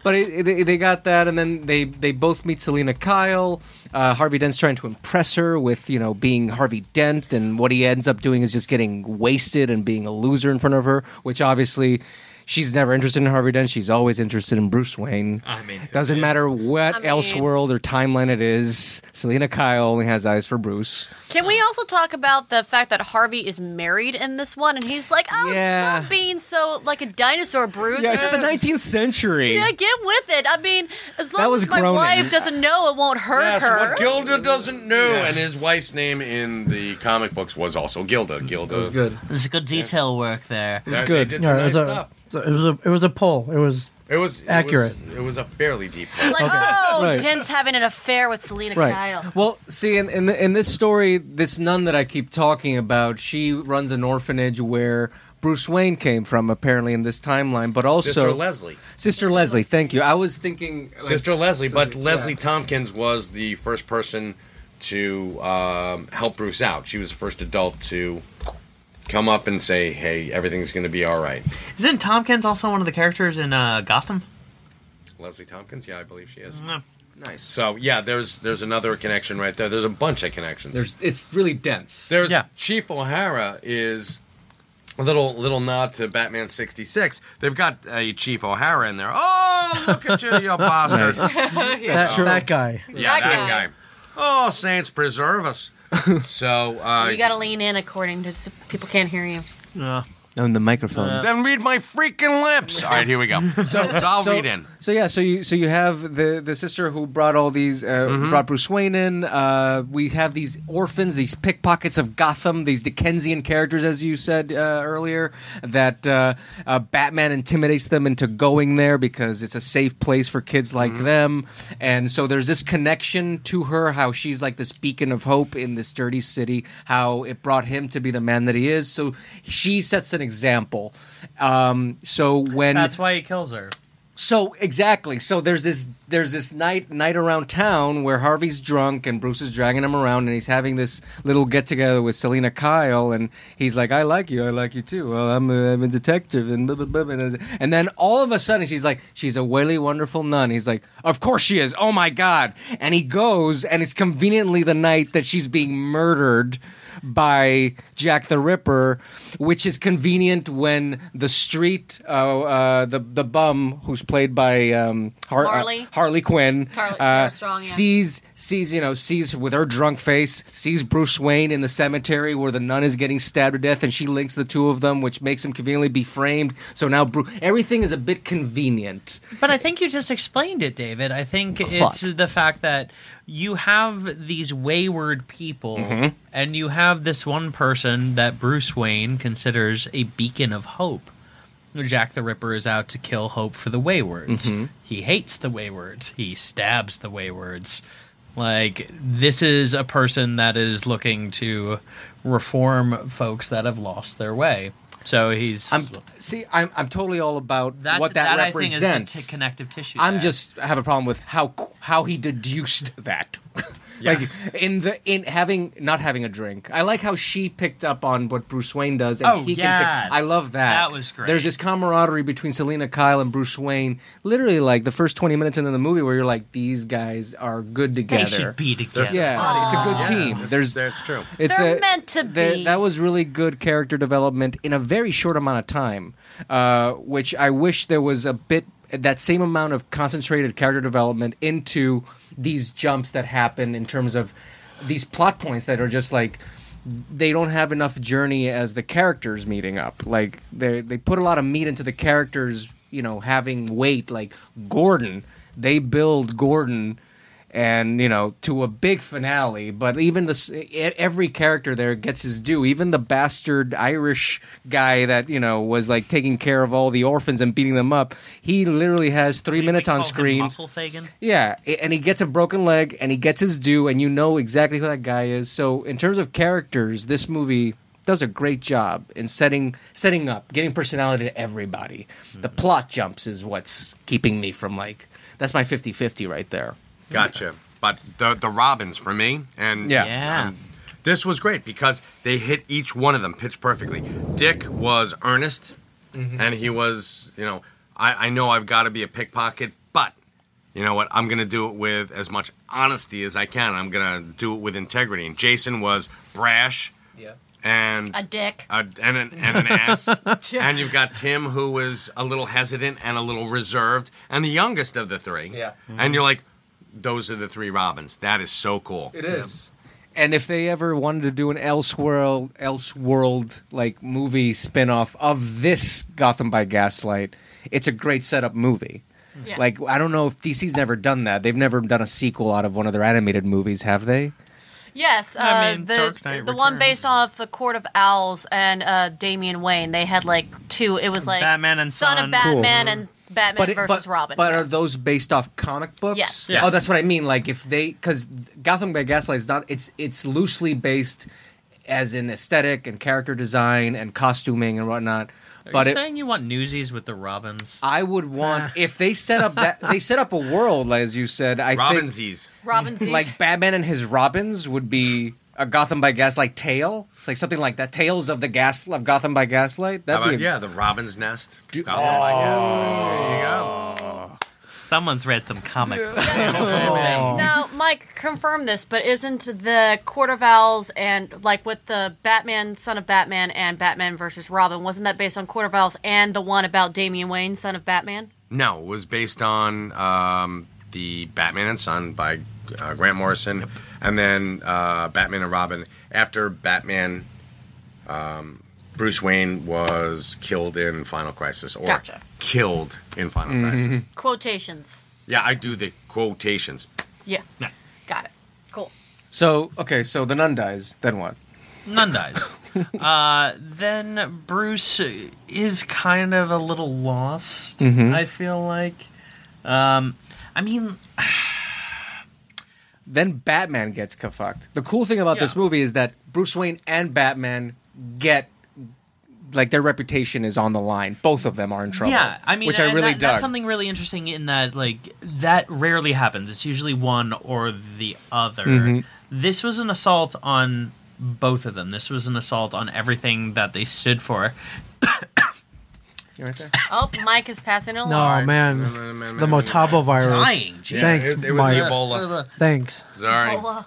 [SPEAKER 3] But it, they, they got that, and then they they both meet Selena Kyle. Uh, Harvey Dent's trying to impress her with you know being Harvey Dent, and what he ends up doing is just getting wasted and being a loser in front of her, which obviously. She's never interested in Harvey Dent. She's always interested in Bruce Wayne.
[SPEAKER 1] I mean, who
[SPEAKER 3] doesn't matter what
[SPEAKER 5] I mean-
[SPEAKER 3] else world or timeline it is. Selena Kyle only has eyes for Bruce.
[SPEAKER 5] Can we also talk about the fact that Harvey is married in this one, and he's like, "Oh,
[SPEAKER 3] Yeah.
[SPEAKER 5] stop being so like a dinosaur, Bruce."
[SPEAKER 3] Yeah,
[SPEAKER 5] It's
[SPEAKER 3] it's the 19th century.
[SPEAKER 5] Yeah, get with it. I mean, as long
[SPEAKER 3] was
[SPEAKER 5] as my
[SPEAKER 3] groaning.
[SPEAKER 5] wife doesn't know, it won't hurt
[SPEAKER 6] yes.
[SPEAKER 5] her.
[SPEAKER 6] What Gilda doesn't know, and his wife's name in the comic books was also Gilda. Gilda. It was
[SPEAKER 3] Good.
[SPEAKER 1] There's good detail work there.
[SPEAKER 6] It was
[SPEAKER 3] good.
[SPEAKER 6] They did
[SPEAKER 4] Yeah,
[SPEAKER 6] some
[SPEAKER 4] it,
[SPEAKER 6] nice
[SPEAKER 4] was
[SPEAKER 6] stuff.
[SPEAKER 4] a, so it was a it was a pull. It was
[SPEAKER 6] It was it
[SPEAKER 4] Accurate.
[SPEAKER 6] was- it was a fairly deep. one.
[SPEAKER 5] Like, oh,
[SPEAKER 3] Right.
[SPEAKER 5] Din's having an affair with Selena Kyle.
[SPEAKER 3] Well, see, in in, the, in this story, this nun that I keep talking about, she runs an orphanage where Bruce Wayne came from, apparently in this timeline. But also
[SPEAKER 6] Sister Leslie.
[SPEAKER 3] Sister Leslie, thank you. I was thinking like,
[SPEAKER 6] Sister Leslie, but
[SPEAKER 3] yeah.
[SPEAKER 6] Leslie Tompkins was the first person to um, help Bruce out. She was the first adult to come up and say, "Hey, everything's going to be all right."
[SPEAKER 1] Isn't Tompkins also one of the characters in uh, Gotham?
[SPEAKER 6] Leslie Tompkins, yeah, I believe she is.
[SPEAKER 3] Nice.
[SPEAKER 6] So yeah, there's there's another connection right there. There's a bunch of connections.
[SPEAKER 3] There's, it's really dense.
[SPEAKER 6] There's
[SPEAKER 1] Yeah.
[SPEAKER 6] Chief O'Hara is a little little nod to Batman sixty six. They've got a Chief O'Hara in there. Oh, look at you, you bastards!
[SPEAKER 4] That, that guy.
[SPEAKER 6] Yeah,
[SPEAKER 5] That
[SPEAKER 6] that
[SPEAKER 5] guy.
[SPEAKER 6] guy. Oh, saints preserve us. so uh,
[SPEAKER 5] You got to lean in according to so people can't hear you.
[SPEAKER 3] On Oh, the microphone.
[SPEAKER 6] then read my freaking lips. All right, here we go. So, I'll
[SPEAKER 3] so,
[SPEAKER 6] read in.
[SPEAKER 3] So yeah, so you so you have the the sister who brought all these uh,
[SPEAKER 6] Mm-hmm.
[SPEAKER 3] brought Bruce Wayne in. Uh, we have these orphans, these pickpockets of Gotham, these Dickensian characters, as you said uh, earlier, that uh, uh, Batman intimidates them into going there because it's a safe place for kids like
[SPEAKER 6] Mm-hmm.
[SPEAKER 3] them. And so there's this connection to her, how she's like this beacon of hope in this dirty city, how it brought him to be the man that he is. So she sets an example. Um, so when
[SPEAKER 1] That's why he kills her.
[SPEAKER 3] so exactly. So there's this there's this night night around town where Harvey's drunk and Bruce is dragging him around and he's having this little get together with Selena Kyle and he's like, "I like you, I like you too. Well, I'm a, I'm a detective and blah blah blah." blah." And then all of a sudden she's like, "She's a really wonderful nun." He's like, "Of course she is. Oh my god!" And he goes and it's conveniently the night that she's being murdered by Jack the Ripper, which is convenient when the street, uh, uh, the the bum who's played by um, Har- uh,
[SPEAKER 5] Harley?
[SPEAKER 3] Harley Quinn,
[SPEAKER 5] Tar-
[SPEAKER 3] uh,
[SPEAKER 5] Tara Strong, yeah.
[SPEAKER 3] sees sees you know sees with her drunk face sees Bruce Wayne in the cemetery where the nun is getting stabbed to death, and she links the two of them, which makes him conveniently be framed. So now Bru- everything is a bit convenient.
[SPEAKER 1] But I think you just explained it, David. I think it's the fact that you have these wayward people
[SPEAKER 3] Mm-hmm.
[SPEAKER 1] and you have this one person that Bruce Wayne considers a beacon of hope. Jack the Ripper is out to kill hope for the waywards.
[SPEAKER 3] Mm-hmm.
[SPEAKER 1] He hates the waywards. He stabs the waywards. Like this is a person that is looking to reform folks that have lost their way. So he's
[SPEAKER 3] I'm, see, I'm, I'm totally all about
[SPEAKER 1] that's,
[SPEAKER 3] what that,
[SPEAKER 1] I think
[SPEAKER 3] represents.
[SPEAKER 1] is the t- connective tissue.
[SPEAKER 3] I'm
[SPEAKER 1] there.
[SPEAKER 3] just have a problem with how how he deduced that.
[SPEAKER 6] Yes.
[SPEAKER 3] Like in the in having not having a drink. I like how she picked up on what Bruce Wayne does and
[SPEAKER 1] Oh,
[SPEAKER 3] he
[SPEAKER 1] yeah.
[SPEAKER 3] can pick, I love that.
[SPEAKER 1] That was great.
[SPEAKER 3] There's this camaraderie between Selena Kyle and Bruce Wayne literally like the first 20 minutes into the movie where you're like these guys are good
[SPEAKER 1] They
[SPEAKER 3] together.
[SPEAKER 1] should be together.
[SPEAKER 3] yeah, it's a good team. There's
[SPEAKER 6] That's true.
[SPEAKER 3] it's
[SPEAKER 5] They're
[SPEAKER 3] a,
[SPEAKER 5] meant to
[SPEAKER 3] that-
[SPEAKER 5] be.
[SPEAKER 3] That was really good character development in a very short amount of time, uh, which I wish there was a bit that same amount of concentrated character development into these jumps that happen in terms of these plot points that are just like they don't have enough journey as the characters meeting up. Like they they put a lot of meat into the characters, you know, having weight. Like Gordon, they build Gordon, and you know, to a big finale. But even this, e- every character there gets his due. Even the bastard Irish guy that you know was like taking care of all the orphans and beating them up. He literally has three
[SPEAKER 1] We- we
[SPEAKER 3] minutes on
[SPEAKER 1] call him
[SPEAKER 3] screen.
[SPEAKER 1] Muscle Fagan.
[SPEAKER 3] Yeah, a- and he gets a broken leg and he gets his due, and you know exactly who that guy is. So in terms of characters, this movie does a great job in setting setting up, giving personality to everybody. The plot jumps is what's keeping me from like that's my 50-50 right there.
[SPEAKER 6] Gotcha. But the the Robins for me, and
[SPEAKER 3] Yeah.
[SPEAKER 1] Yeah.
[SPEAKER 6] this was great because they hit each one of them pitch perfectly. Dick was earnest,
[SPEAKER 3] Mm-hmm.
[SPEAKER 6] and he was, you know, I, I know I've got to be a pickpocket, but you know what? I'm going to do it with as much honesty as I can. I'm going to do it with integrity. And Jason was brash
[SPEAKER 3] Yeah.
[SPEAKER 6] and
[SPEAKER 5] A dick.
[SPEAKER 6] a, and, an, and an ass. and you've got Tim, who was a little hesitant and a little reserved, and the youngest of the three.
[SPEAKER 3] Yeah.
[SPEAKER 6] And you're like, those are the three Robins. That is so cool.
[SPEAKER 3] It is. And if they ever wanted to do an Elseworld, Elseworld like movie spin-off of this Gotham by Gaslight, it's a great setup movie.
[SPEAKER 5] Yeah.
[SPEAKER 3] Like I don't know if DC's never done that. They've never done a sequel out of one of their animated movies, have they?
[SPEAKER 5] Yes, uh,
[SPEAKER 1] I mean,
[SPEAKER 5] the
[SPEAKER 1] Dark Knight
[SPEAKER 5] the one
[SPEAKER 1] Returns.
[SPEAKER 5] based off the Court of Owls and uh, Damian Wayne. They had like two. It was like
[SPEAKER 1] Batman and
[SPEAKER 5] Son,
[SPEAKER 1] Son.
[SPEAKER 5] of Batman
[SPEAKER 3] Cool.
[SPEAKER 5] and Batman versus
[SPEAKER 3] but,
[SPEAKER 5] Robin.
[SPEAKER 3] But
[SPEAKER 5] yeah.
[SPEAKER 3] are those based off comic books?
[SPEAKER 5] Yes.
[SPEAKER 1] Yes.
[SPEAKER 3] Oh, that's what I mean. Like if they, because Gotham by Gaslight is not. It's it's loosely based, as in aesthetic and character design and costuming and whatnot.
[SPEAKER 1] Are
[SPEAKER 3] but
[SPEAKER 1] you
[SPEAKER 3] it,
[SPEAKER 1] saying you want Newsies with the Robins?
[SPEAKER 3] I would want if they set up that they set up a world as you said. I think
[SPEAKER 6] Robinsies.
[SPEAKER 5] Robin's
[SPEAKER 3] like Batman and his Robins would be. A Gotham by Gaslight tale, like something like that. Tales of the Gas of Gotham by Gaslight.
[SPEAKER 6] How
[SPEAKER 3] That'd
[SPEAKER 6] about,
[SPEAKER 3] be a-
[SPEAKER 6] yeah, the Robin's Nest.
[SPEAKER 3] Do- Oh,
[SPEAKER 6] Gotham by Gaslight. There you go.
[SPEAKER 1] Someone's read some comic. books.
[SPEAKER 5] Now, Mike, confirm this, but isn't the Court of Owls and like with the Batman, Son of Batman, and Batman versus Robin, wasn't that based on Court of Owls and the one about Damian Wayne, Son of Batman?
[SPEAKER 6] No, it was based on um, the Batman and Son by uh, Grant Morrison, and then uh, Batman and Robin. After Batman, um, Bruce Wayne was killed in Final Crisis, or
[SPEAKER 5] Gotcha.
[SPEAKER 6] killed in Final
[SPEAKER 3] Mm-hmm.
[SPEAKER 6] Crisis.
[SPEAKER 5] Quotations.
[SPEAKER 6] Yeah, I do the quotations.
[SPEAKER 5] Yeah. Got it. Cool.
[SPEAKER 3] So okay, so the nun dies. Then what?
[SPEAKER 1] None dies. Uh, then Bruce is kind of a little lost.
[SPEAKER 3] Mm-hmm.
[SPEAKER 1] I feel like. Um, I mean,
[SPEAKER 3] then Batman gets fucked. The cool thing about
[SPEAKER 1] Yeah.
[SPEAKER 3] this movie is that Bruce Wayne and Batman get like their reputation is on the line. Both of them are in trouble.
[SPEAKER 1] Yeah, I mean,
[SPEAKER 3] which I
[SPEAKER 1] and
[SPEAKER 3] really
[SPEAKER 1] that,
[SPEAKER 3] dug.
[SPEAKER 1] that's something really interesting in that like that rarely happens. It's usually one or the other.
[SPEAKER 3] Mm-hmm.
[SPEAKER 1] This was an assault on both of them. This was an assault on everything that they stood for.
[SPEAKER 3] You right there?
[SPEAKER 5] Oh, Mike is passing it along.
[SPEAKER 4] No, man. The Motabo virus.
[SPEAKER 1] Dying, Jesus.
[SPEAKER 4] Thanks,
[SPEAKER 6] it, it was
[SPEAKER 4] Mike.
[SPEAKER 6] the Ebola.
[SPEAKER 4] Thanks.
[SPEAKER 6] Sorry,
[SPEAKER 5] Ebola.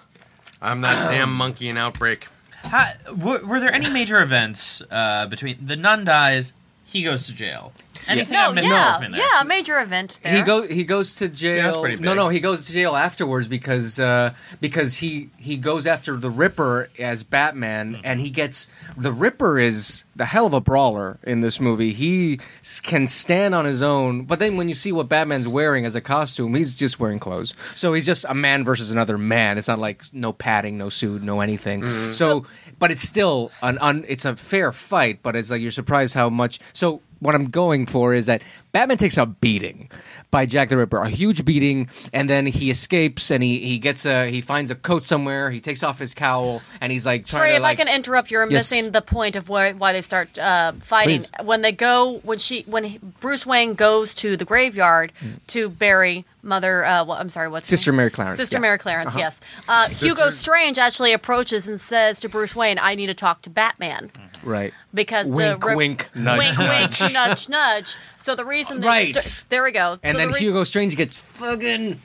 [SPEAKER 6] I'm that damn monkey in outbreak.
[SPEAKER 1] Ha- were, were there any major events uh, between the nun dies? He goes to jail. Anything
[SPEAKER 5] No,
[SPEAKER 1] I missed?
[SPEAKER 5] yeah,
[SPEAKER 1] has been there?
[SPEAKER 5] yeah, major event there.
[SPEAKER 3] He go he goes to jail.
[SPEAKER 6] pretty
[SPEAKER 3] no,
[SPEAKER 6] big.
[SPEAKER 3] no, he goes to jail afterwards because uh, because he he goes after the Ripper as Batman,
[SPEAKER 6] Mm-hmm.
[SPEAKER 3] and he gets the Ripper is the hell of a brawler in this movie. He s- can stand on his own, but then when you see what Batman's wearing as a costume, he's just wearing clothes. So he's just a man versus another man. It's not like no padding, no suit, no anything.
[SPEAKER 6] Mm-hmm.
[SPEAKER 3] So, but it's still an un, it's a fair fight, but it's like you're surprised how much. So what I'm going for is that Batman takes a beating by Jack the Ripper, a huge beating, and then he escapes and he, he gets a he finds a coat somewhere. He takes off his cowl and he's like trying
[SPEAKER 5] Trey,
[SPEAKER 3] to
[SPEAKER 5] if I
[SPEAKER 3] like
[SPEAKER 5] can interrupt, you're
[SPEAKER 3] Yes.
[SPEAKER 5] missing the point of why why they start uh, fighting. When they go, when she, when he- Bruce Wayne goes to the graveyard to bury Mother, uh, well, I'm sorry, what's her
[SPEAKER 3] Mm. Sister
[SPEAKER 5] name?
[SPEAKER 3] Mary Clarence,
[SPEAKER 5] Sister
[SPEAKER 3] yeah. Uh-huh.
[SPEAKER 5] Mary Clarence, yes. Uh, Hugo Strange actually approaches and says to Bruce Wayne, "I need to talk to Batman."
[SPEAKER 3] right.
[SPEAKER 5] Because
[SPEAKER 3] Wink,
[SPEAKER 5] the rip-
[SPEAKER 3] wink, nudge,
[SPEAKER 5] wink, wink, nudge, nudge. So the reason, they
[SPEAKER 3] Right.
[SPEAKER 5] st- there we go.
[SPEAKER 3] And
[SPEAKER 5] So
[SPEAKER 3] then
[SPEAKER 5] the re-
[SPEAKER 3] Hugo Strange gets fucking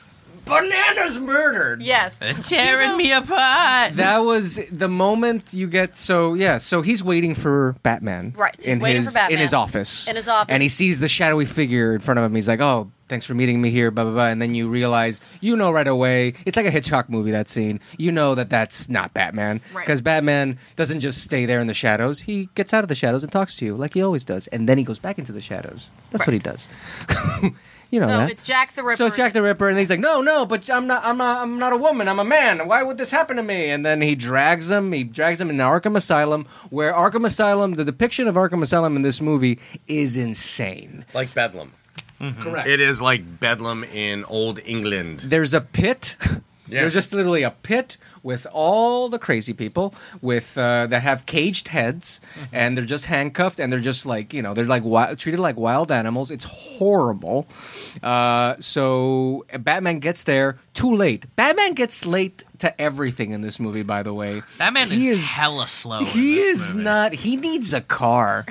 [SPEAKER 3] bananas murdered.
[SPEAKER 5] yes,
[SPEAKER 1] tearing me apart.
[SPEAKER 3] That was the moment you get so yeah. So he's waiting for Batman,
[SPEAKER 5] Right, so he's
[SPEAKER 3] in
[SPEAKER 5] waiting
[SPEAKER 3] his
[SPEAKER 5] for
[SPEAKER 3] in
[SPEAKER 5] Batman.
[SPEAKER 3] his office,
[SPEAKER 5] In his office.
[SPEAKER 3] and he sees the shadowy figure in front of him. He's like, "Oh, thanks for meeting me here." Blah blah blah. And then you realize, you know, right away, it's like a Hitchcock movie. That scene, you know that that's not Batman
[SPEAKER 5] Right.
[SPEAKER 3] because Batman doesn't just stay there in the shadows. He gets out of the shadows and talks to you like he always does, and then he goes back into the shadows. That's what he does. you know
[SPEAKER 5] So
[SPEAKER 3] that.
[SPEAKER 5] it's Jack the Ripper.
[SPEAKER 3] So it's Jack the Ripper, and he's like, "No, no, but I'm not, I'm not, I'm not a woman. I'm a man. Why would this happen to me?" And then he drags him. He drags him in the Arkham Asylum, where Arkham Asylum, the depiction of Arkham Asylum in this movie is insane.
[SPEAKER 6] Like Bedlam.
[SPEAKER 3] Correct.
[SPEAKER 6] It is like Bedlam in old England.
[SPEAKER 3] There's a pit.
[SPEAKER 6] Yeah.
[SPEAKER 3] There's just literally a pit with all the crazy people with uh, that have caged heads, and they're just handcuffed, and they're just like you know they're like wi- treated like wild animals. It's horrible. Uh, so Batman gets there too late. Batman gets late to everything in this movie. By the way,
[SPEAKER 1] That man
[SPEAKER 3] He
[SPEAKER 1] is,
[SPEAKER 3] is-
[SPEAKER 1] hella slow. in
[SPEAKER 3] he
[SPEAKER 1] this
[SPEAKER 3] is
[SPEAKER 1] movie.
[SPEAKER 3] not. He needs a car.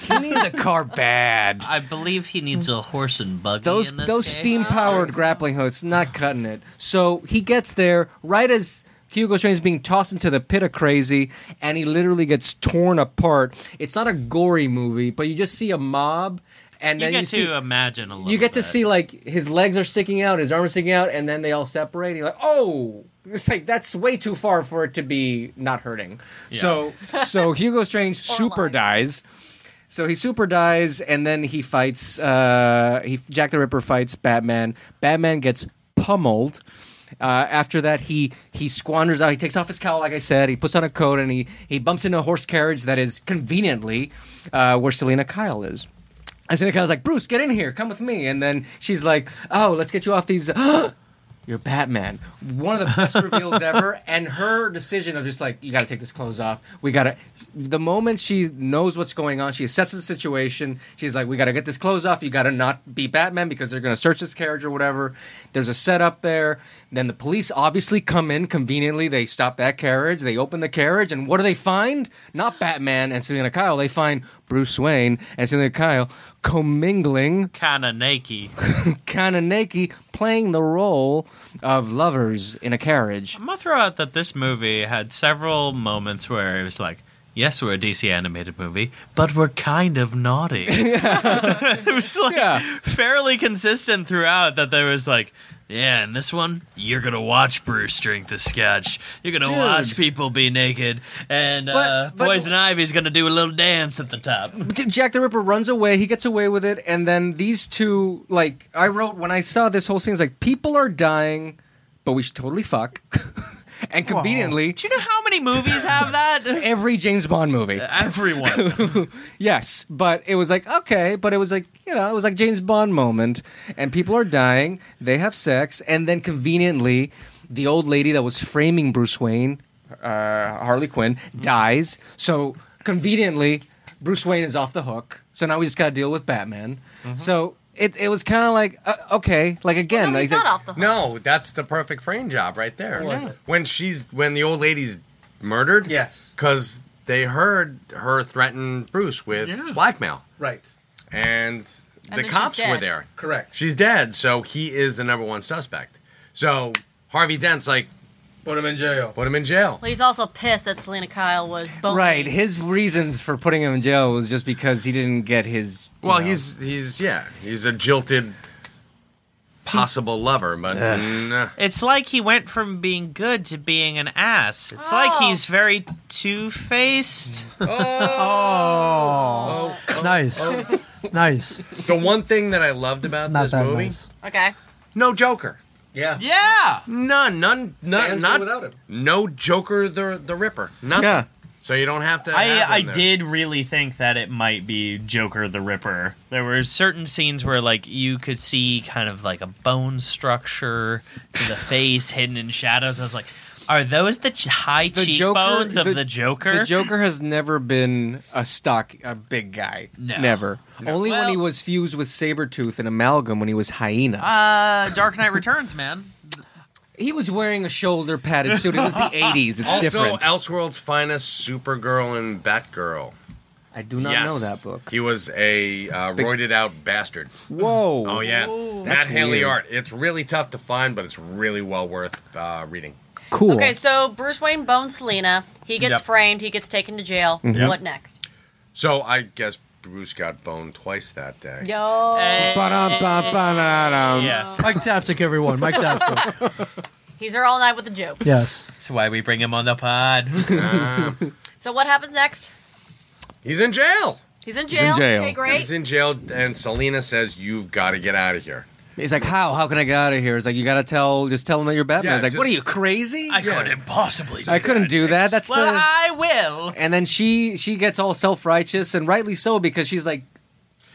[SPEAKER 3] he needs a car bad.
[SPEAKER 1] I believe he needs a horse and buggy.
[SPEAKER 3] Those
[SPEAKER 1] in this
[SPEAKER 3] those
[SPEAKER 1] case. Oh.
[SPEAKER 3] steam powered grappling hooks not cutting it. So he gets there right as Hugo Strange is being tossed into the pit of crazy, and he literally gets torn apart. It's not a gory movie, but you just see a mob, and
[SPEAKER 1] You
[SPEAKER 3] then
[SPEAKER 1] get
[SPEAKER 3] you
[SPEAKER 1] to
[SPEAKER 3] see.
[SPEAKER 1] imagine a little.
[SPEAKER 3] you get to
[SPEAKER 1] bit.
[SPEAKER 3] see like his legs are sticking out, his arms sticking out, and then they all separate. You're like, oh, it's like that's way too far for it to be not hurting. So, so Hugo Strange super
[SPEAKER 5] alive.
[SPEAKER 3] dies. So he super dies, and then he fights. Uh, he Jack the Ripper fights Batman. Batman gets pummeled. Uh, after that, he he squanders out. He takes off his cowl, like I said. He puts on a coat, and he he bumps into a horse carriage that is conveniently uh, where Selena Kyle is. And Seneca's like, Bruce, get in here, come with me. And then she's like, Oh, let's get you off these. You're Batman. One of the best reveals ever. And her decision of just like, you got to take this clothes off. We got to. The moment she knows what's going on, she assesses the situation. She's like, we got to get this clothes off. You got to not be Batman because they're going to search this carriage or whatever. There's a setup there. Then the police obviously come in conveniently. They stop that carriage. They open the carriage. And what do they find? Not Batman and Selena Kyle. They find Bruce Wayne and Selena Kyle commingling
[SPEAKER 1] Kind of naked.
[SPEAKER 3] Kananeki playing the role of lovers in a carriage.
[SPEAKER 1] I'm gonna throw out that this movie had several moments where it was like, yes, we're a DC animated movie, but we're kind of naughty. it was like
[SPEAKER 3] Yeah.
[SPEAKER 1] fairly consistent throughout that there was like, yeah, in this one, you're gonna watch Bruce drink the scotch. You're gonna
[SPEAKER 3] Dude.
[SPEAKER 1] watch people be naked, and uh,
[SPEAKER 3] but-
[SPEAKER 1] Poison Ivy's gonna do a little dance at the top.
[SPEAKER 3] D- Jack the Ripper runs away, he gets away with it, and then these two, like, I wrote when I saw this whole scene, it's like, people are dying, but we should totally fuck. and conveniently,
[SPEAKER 1] Do you know how many movies have that?
[SPEAKER 3] every James Bond movie.
[SPEAKER 1] Everyone.
[SPEAKER 3] Yes, but it was like okay, but it was like you know, it was like James Bond moment, and people are dying, they have sex, and then conveniently, the old lady that was framing Bruce Wayne, uh, Harley Quinn, dies. So conveniently, Bruce Wayne is off the hook. So now we just got to deal with Batman. So it it was kind of like uh, okay, like again,
[SPEAKER 5] no,
[SPEAKER 3] like,
[SPEAKER 5] he's not off the hook.
[SPEAKER 6] No, that's the perfect frame job right there.
[SPEAKER 3] was it?
[SPEAKER 6] When she's when the old lady's murdered.
[SPEAKER 3] Yes.
[SPEAKER 6] because they heard her threaten Bruce with blackmail,
[SPEAKER 3] right,
[SPEAKER 6] and, the
[SPEAKER 5] then she's
[SPEAKER 6] cops were
[SPEAKER 5] dead.
[SPEAKER 6] there.
[SPEAKER 3] correct.
[SPEAKER 6] She's dead, so he is the number one suspect. So Harvey Dent's like,
[SPEAKER 3] Put him in jail.
[SPEAKER 6] put him in jail.
[SPEAKER 5] Well, he's also pissed that Selena Kyle was boning.
[SPEAKER 3] Right, his reasons for putting him in jail was just because he didn't get his. you
[SPEAKER 6] Well,
[SPEAKER 3] know-
[SPEAKER 6] he's he's yeah, he's a jilted possible lover, but nah.
[SPEAKER 1] It's like he went from being good to being an ass. It's like
[SPEAKER 5] Oh.
[SPEAKER 1] he's very two faced.
[SPEAKER 4] Nice. nice.
[SPEAKER 6] the one thing that I loved about
[SPEAKER 4] Not
[SPEAKER 6] this
[SPEAKER 4] that
[SPEAKER 6] movie,
[SPEAKER 4] nice.
[SPEAKER 5] Okay.
[SPEAKER 6] no Joker.
[SPEAKER 3] yeah.
[SPEAKER 1] Yeah.
[SPEAKER 6] None, none, none
[SPEAKER 3] Stands
[SPEAKER 6] not
[SPEAKER 3] without him.
[SPEAKER 6] No Joker the the Ripper. Nothing.
[SPEAKER 3] Yeah.
[SPEAKER 6] So you don't have to.
[SPEAKER 1] I,
[SPEAKER 6] have him
[SPEAKER 1] I
[SPEAKER 6] there.
[SPEAKER 1] did really think that it might be Joker the Ripper. There were certain scenes where like you could see kind of like a bone structure to the face hidden in shadows. I was like, are those the ch- high
[SPEAKER 3] The Joker-
[SPEAKER 1] cheekbones
[SPEAKER 3] the-
[SPEAKER 1] of the Joker?
[SPEAKER 3] The Joker has never been a stock, a big guy.
[SPEAKER 1] No.
[SPEAKER 3] Never. Only when he
[SPEAKER 1] Well-
[SPEAKER 3] was fused with Sabretooth and Amalgam when he was Hyena.
[SPEAKER 1] uh, Dark Knight Returns, man.
[SPEAKER 3] he was wearing a shoulder padded suit. It was the 80s. It's
[SPEAKER 6] Also,
[SPEAKER 3] different.
[SPEAKER 6] Elseworld's finest Supergirl and Batgirl.
[SPEAKER 3] I do not
[SPEAKER 6] yes.
[SPEAKER 3] know that book.
[SPEAKER 6] He was a uh, roided out bastard.
[SPEAKER 3] Whoa.
[SPEAKER 6] Oh yeah,
[SPEAKER 3] That's
[SPEAKER 6] Matt Haley
[SPEAKER 3] weird.
[SPEAKER 6] art. It's really tough to find, but it's really well worth uh, reading.
[SPEAKER 3] Cool.
[SPEAKER 5] Okay, so Bruce Wayne bones Selena. He gets
[SPEAKER 1] Yep.
[SPEAKER 5] framed. He gets taken to jail.
[SPEAKER 3] Mhm.
[SPEAKER 5] What next?
[SPEAKER 6] So I guess Bruce got boned twice that day.
[SPEAKER 5] Yo. Oh,
[SPEAKER 3] Ba-dum-ba-ba-da-dum.
[SPEAKER 1] Uh, Yeah.
[SPEAKER 4] Mike Zapsik, everyone. Mike Zapsik.
[SPEAKER 5] He's there all night with a joke.
[SPEAKER 4] yes.
[SPEAKER 1] That's why we bring him on the pod.
[SPEAKER 5] So what happens next?
[SPEAKER 6] He's in jail.
[SPEAKER 5] He's in jail.
[SPEAKER 3] jail.
[SPEAKER 5] Okay, great.
[SPEAKER 6] He's in jail, and Selena says, "You've got to get out of here."
[SPEAKER 3] He's like, how? How can I get out of here? It's like, you got to tell, just tell him that you're Batman.
[SPEAKER 6] Yeah,
[SPEAKER 3] He's like, what
[SPEAKER 6] just-
[SPEAKER 3] are you, crazy?
[SPEAKER 1] I
[SPEAKER 3] I,
[SPEAKER 1] couldn't possibly. Do
[SPEAKER 3] couldn't do that. That's
[SPEAKER 1] Well,
[SPEAKER 3] the.
[SPEAKER 1] I will.
[SPEAKER 3] and then she she gets all self righteous and rightly so because she's like,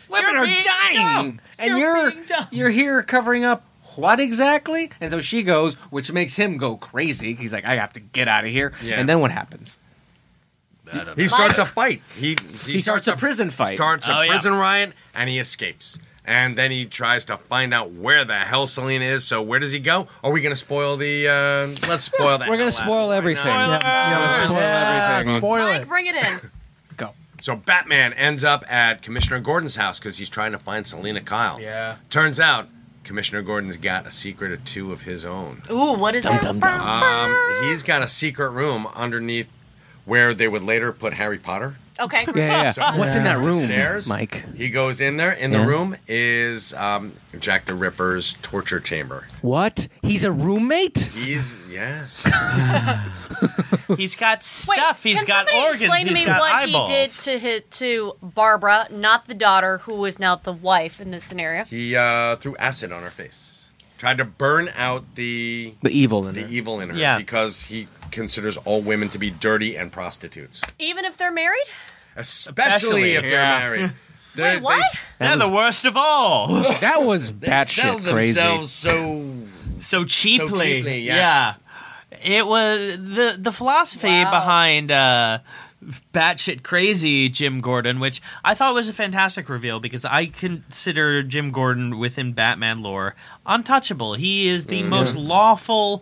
[SPEAKER 1] Women
[SPEAKER 3] are dying, and you're
[SPEAKER 1] being
[SPEAKER 3] you're,
[SPEAKER 1] dumb.
[SPEAKER 3] here covering up what exactly? And so she goes, which makes him go crazy. He's like, I have to get out of here.
[SPEAKER 6] Yeah.
[SPEAKER 3] And then what happens?
[SPEAKER 6] He starts a fight. He he,
[SPEAKER 3] He starts a prison fight.
[SPEAKER 6] starts a
[SPEAKER 1] Oh, yeah.
[SPEAKER 6] prison riot and he escapes. And then he tries to find out where the hell Selena is. So where does he go? Are we going to spoil the? Uh, let's spoil that.
[SPEAKER 3] We're gonna spoil everything.
[SPEAKER 4] Yeah.
[SPEAKER 1] Spoilers.
[SPEAKER 4] Spoil everything. Spoil
[SPEAKER 5] Mike,
[SPEAKER 4] it.
[SPEAKER 5] bring it in.
[SPEAKER 3] Go.
[SPEAKER 6] So Batman ends up at Commissioner Gordon's house because he's trying to find Selena Kyle.
[SPEAKER 3] Yeah.
[SPEAKER 6] Turns out Commissioner Gordon's got a secret or two of his own.
[SPEAKER 5] Ooh, what is that?
[SPEAKER 6] Um, he's got a secret room underneath where they would later put Harry Potter.
[SPEAKER 5] Okay.
[SPEAKER 3] Yeah, yeah. yeah.
[SPEAKER 6] Sorry.
[SPEAKER 3] What's in that room,
[SPEAKER 6] Stairs.
[SPEAKER 3] Mike?
[SPEAKER 6] He goes in there. In
[SPEAKER 3] Yeah.
[SPEAKER 6] the room is um, Jack the Ripper's torture chamber.
[SPEAKER 3] What? He's a roommate?
[SPEAKER 6] He's yes.
[SPEAKER 1] He's got
[SPEAKER 5] Wait,
[SPEAKER 1] stuff. He's
[SPEAKER 5] can
[SPEAKER 1] got
[SPEAKER 5] somebody
[SPEAKER 1] organs.
[SPEAKER 5] Explain to
[SPEAKER 1] He's
[SPEAKER 5] me
[SPEAKER 1] got
[SPEAKER 5] what
[SPEAKER 1] eyeballs.
[SPEAKER 5] he did to his, to Barbara, not the daughter, who is now the wife in this scenario.
[SPEAKER 6] He uh, threw acid on her face. Tried to burn out the
[SPEAKER 3] The evil in
[SPEAKER 6] the
[SPEAKER 3] there.
[SPEAKER 6] evil in her
[SPEAKER 1] Yeah.
[SPEAKER 6] because he considers all women to be dirty and prostitutes,
[SPEAKER 5] Even if they're married.
[SPEAKER 6] especially,
[SPEAKER 1] Especially,
[SPEAKER 6] if they're
[SPEAKER 3] yeah.
[SPEAKER 6] married.
[SPEAKER 5] Wait, what?
[SPEAKER 1] They're the worst of all.
[SPEAKER 3] That was
[SPEAKER 7] They sell
[SPEAKER 3] batshit crazy.
[SPEAKER 7] themselves so.
[SPEAKER 1] so cheaply.
[SPEAKER 7] cheaply, yes.
[SPEAKER 1] Yeah. It was the the philosophy
[SPEAKER 5] Wow.
[SPEAKER 1] behind uh batshit crazy Jim Gordon, which I thought was a fantastic reveal because I consider Jim Gordon within Batman lore untouchable. He is the most lawful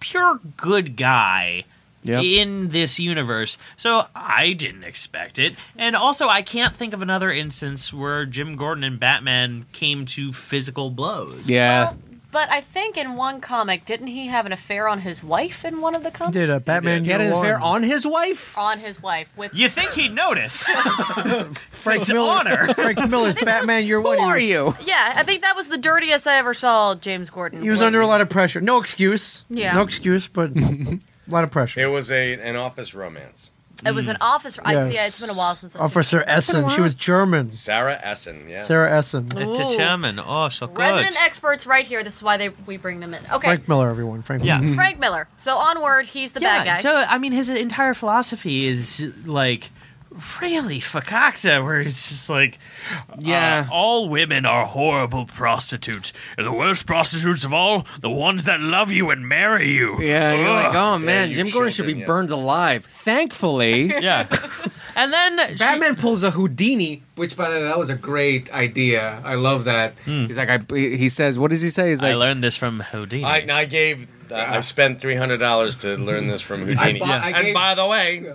[SPEAKER 1] pure good guy
[SPEAKER 3] Yep.
[SPEAKER 1] in this universe. So I didn't expect it. And also, I can't think of another instance where Jim Gordon and Batman came to physical blows.
[SPEAKER 3] Yeah.
[SPEAKER 5] Well, but I think in one comic, didn't he have an affair on his wife in one of the comics?
[SPEAKER 4] Did a Batman
[SPEAKER 3] Get
[SPEAKER 4] Year
[SPEAKER 3] his
[SPEAKER 4] One.
[SPEAKER 3] fair on his wife?
[SPEAKER 5] on his wife with
[SPEAKER 1] You think he'd notice?
[SPEAKER 4] Frank
[SPEAKER 1] it's
[SPEAKER 4] Miller.
[SPEAKER 1] honor.
[SPEAKER 4] Frank Miller's Batman Year One.
[SPEAKER 3] Who
[SPEAKER 4] he was-
[SPEAKER 3] are you?
[SPEAKER 5] yeah. I think that was the dirtiest I ever saw James Gordon.
[SPEAKER 4] He was under a lot of pressure. No excuse.
[SPEAKER 5] Yeah.
[SPEAKER 4] No excuse, but a lot of pressure.
[SPEAKER 6] It was a an office romance.
[SPEAKER 5] It was an office. I
[SPEAKER 4] Yes.
[SPEAKER 5] see. Yeah, it's been a while since. I've
[SPEAKER 4] Officer Essen. She was German.
[SPEAKER 6] Sarah Essen, yes.
[SPEAKER 4] Sarah Essen.
[SPEAKER 5] Ooh.
[SPEAKER 1] The chairman. Oh, so good.
[SPEAKER 5] Resident experts right here. This is why they we bring them in. Okay,
[SPEAKER 4] Frank
[SPEAKER 5] Frank,
[SPEAKER 4] Miller, everyone. Frank
[SPEAKER 1] Yeah.
[SPEAKER 4] Miller.
[SPEAKER 5] Miller. So onward, he's the
[SPEAKER 1] yeah,
[SPEAKER 5] bad guy.
[SPEAKER 1] so I mean, his entire philosophy is like really fakakta, where he's just like,
[SPEAKER 3] Yeah.
[SPEAKER 2] Uh, all women are horrible prostitutes. And the worst prostitutes of all, the ones that love you and marry you.
[SPEAKER 3] Yeah, you're
[SPEAKER 2] Ugh.
[SPEAKER 3] like, oh man,
[SPEAKER 6] you
[SPEAKER 3] Jim Gordon should be
[SPEAKER 6] children, yeah.
[SPEAKER 3] burned alive. Thankfully,
[SPEAKER 1] yeah, and then she-
[SPEAKER 3] Batman pulls a Houdini, which by the way, that was a great idea. I love that. He's like, I, he says, what does he say? He's
[SPEAKER 1] I
[SPEAKER 3] like,
[SPEAKER 1] learned this from Houdini.
[SPEAKER 6] I, I gave. I spent three hundred dollars to learn this from Houdini.
[SPEAKER 3] bought- I
[SPEAKER 6] and
[SPEAKER 3] gave-
[SPEAKER 6] by the way,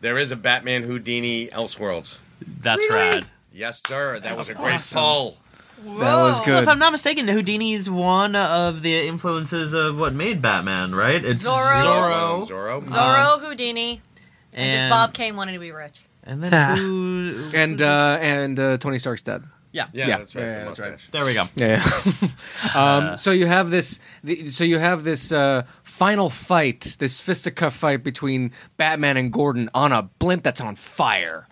[SPEAKER 6] there is a Batman Houdini Elseworlds.
[SPEAKER 1] That's rad.
[SPEAKER 6] Yes, sir. That was a great pull.
[SPEAKER 3] that was
[SPEAKER 1] Well,
[SPEAKER 3] good.
[SPEAKER 1] if I'm not mistaken, Houdini's one of the influences of what made Batman, right? It's
[SPEAKER 5] Zorro.
[SPEAKER 1] Zorro,
[SPEAKER 6] Zorro. Ah,
[SPEAKER 5] Zorro, Houdini,
[SPEAKER 1] and,
[SPEAKER 5] because Bob Kane wanted to be rich.
[SPEAKER 1] and then
[SPEAKER 4] Ah.
[SPEAKER 1] who?
[SPEAKER 3] and uh, and uh, Tony Stark's dead.
[SPEAKER 1] yeah,
[SPEAKER 6] Yeah,
[SPEAKER 3] Yeah.
[SPEAKER 6] that's right.
[SPEAKER 3] Yeah,
[SPEAKER 6] the
[SPEAKER 3] that's
[SPEAKER 6] mustache.
[SPEAKER 1] There we go.
[SPEAKER 3] Yeah. um, so you have this. The, so you have this uh, final fight, this fisticuff fight between Batman and Gordon on a blimp that's on fire,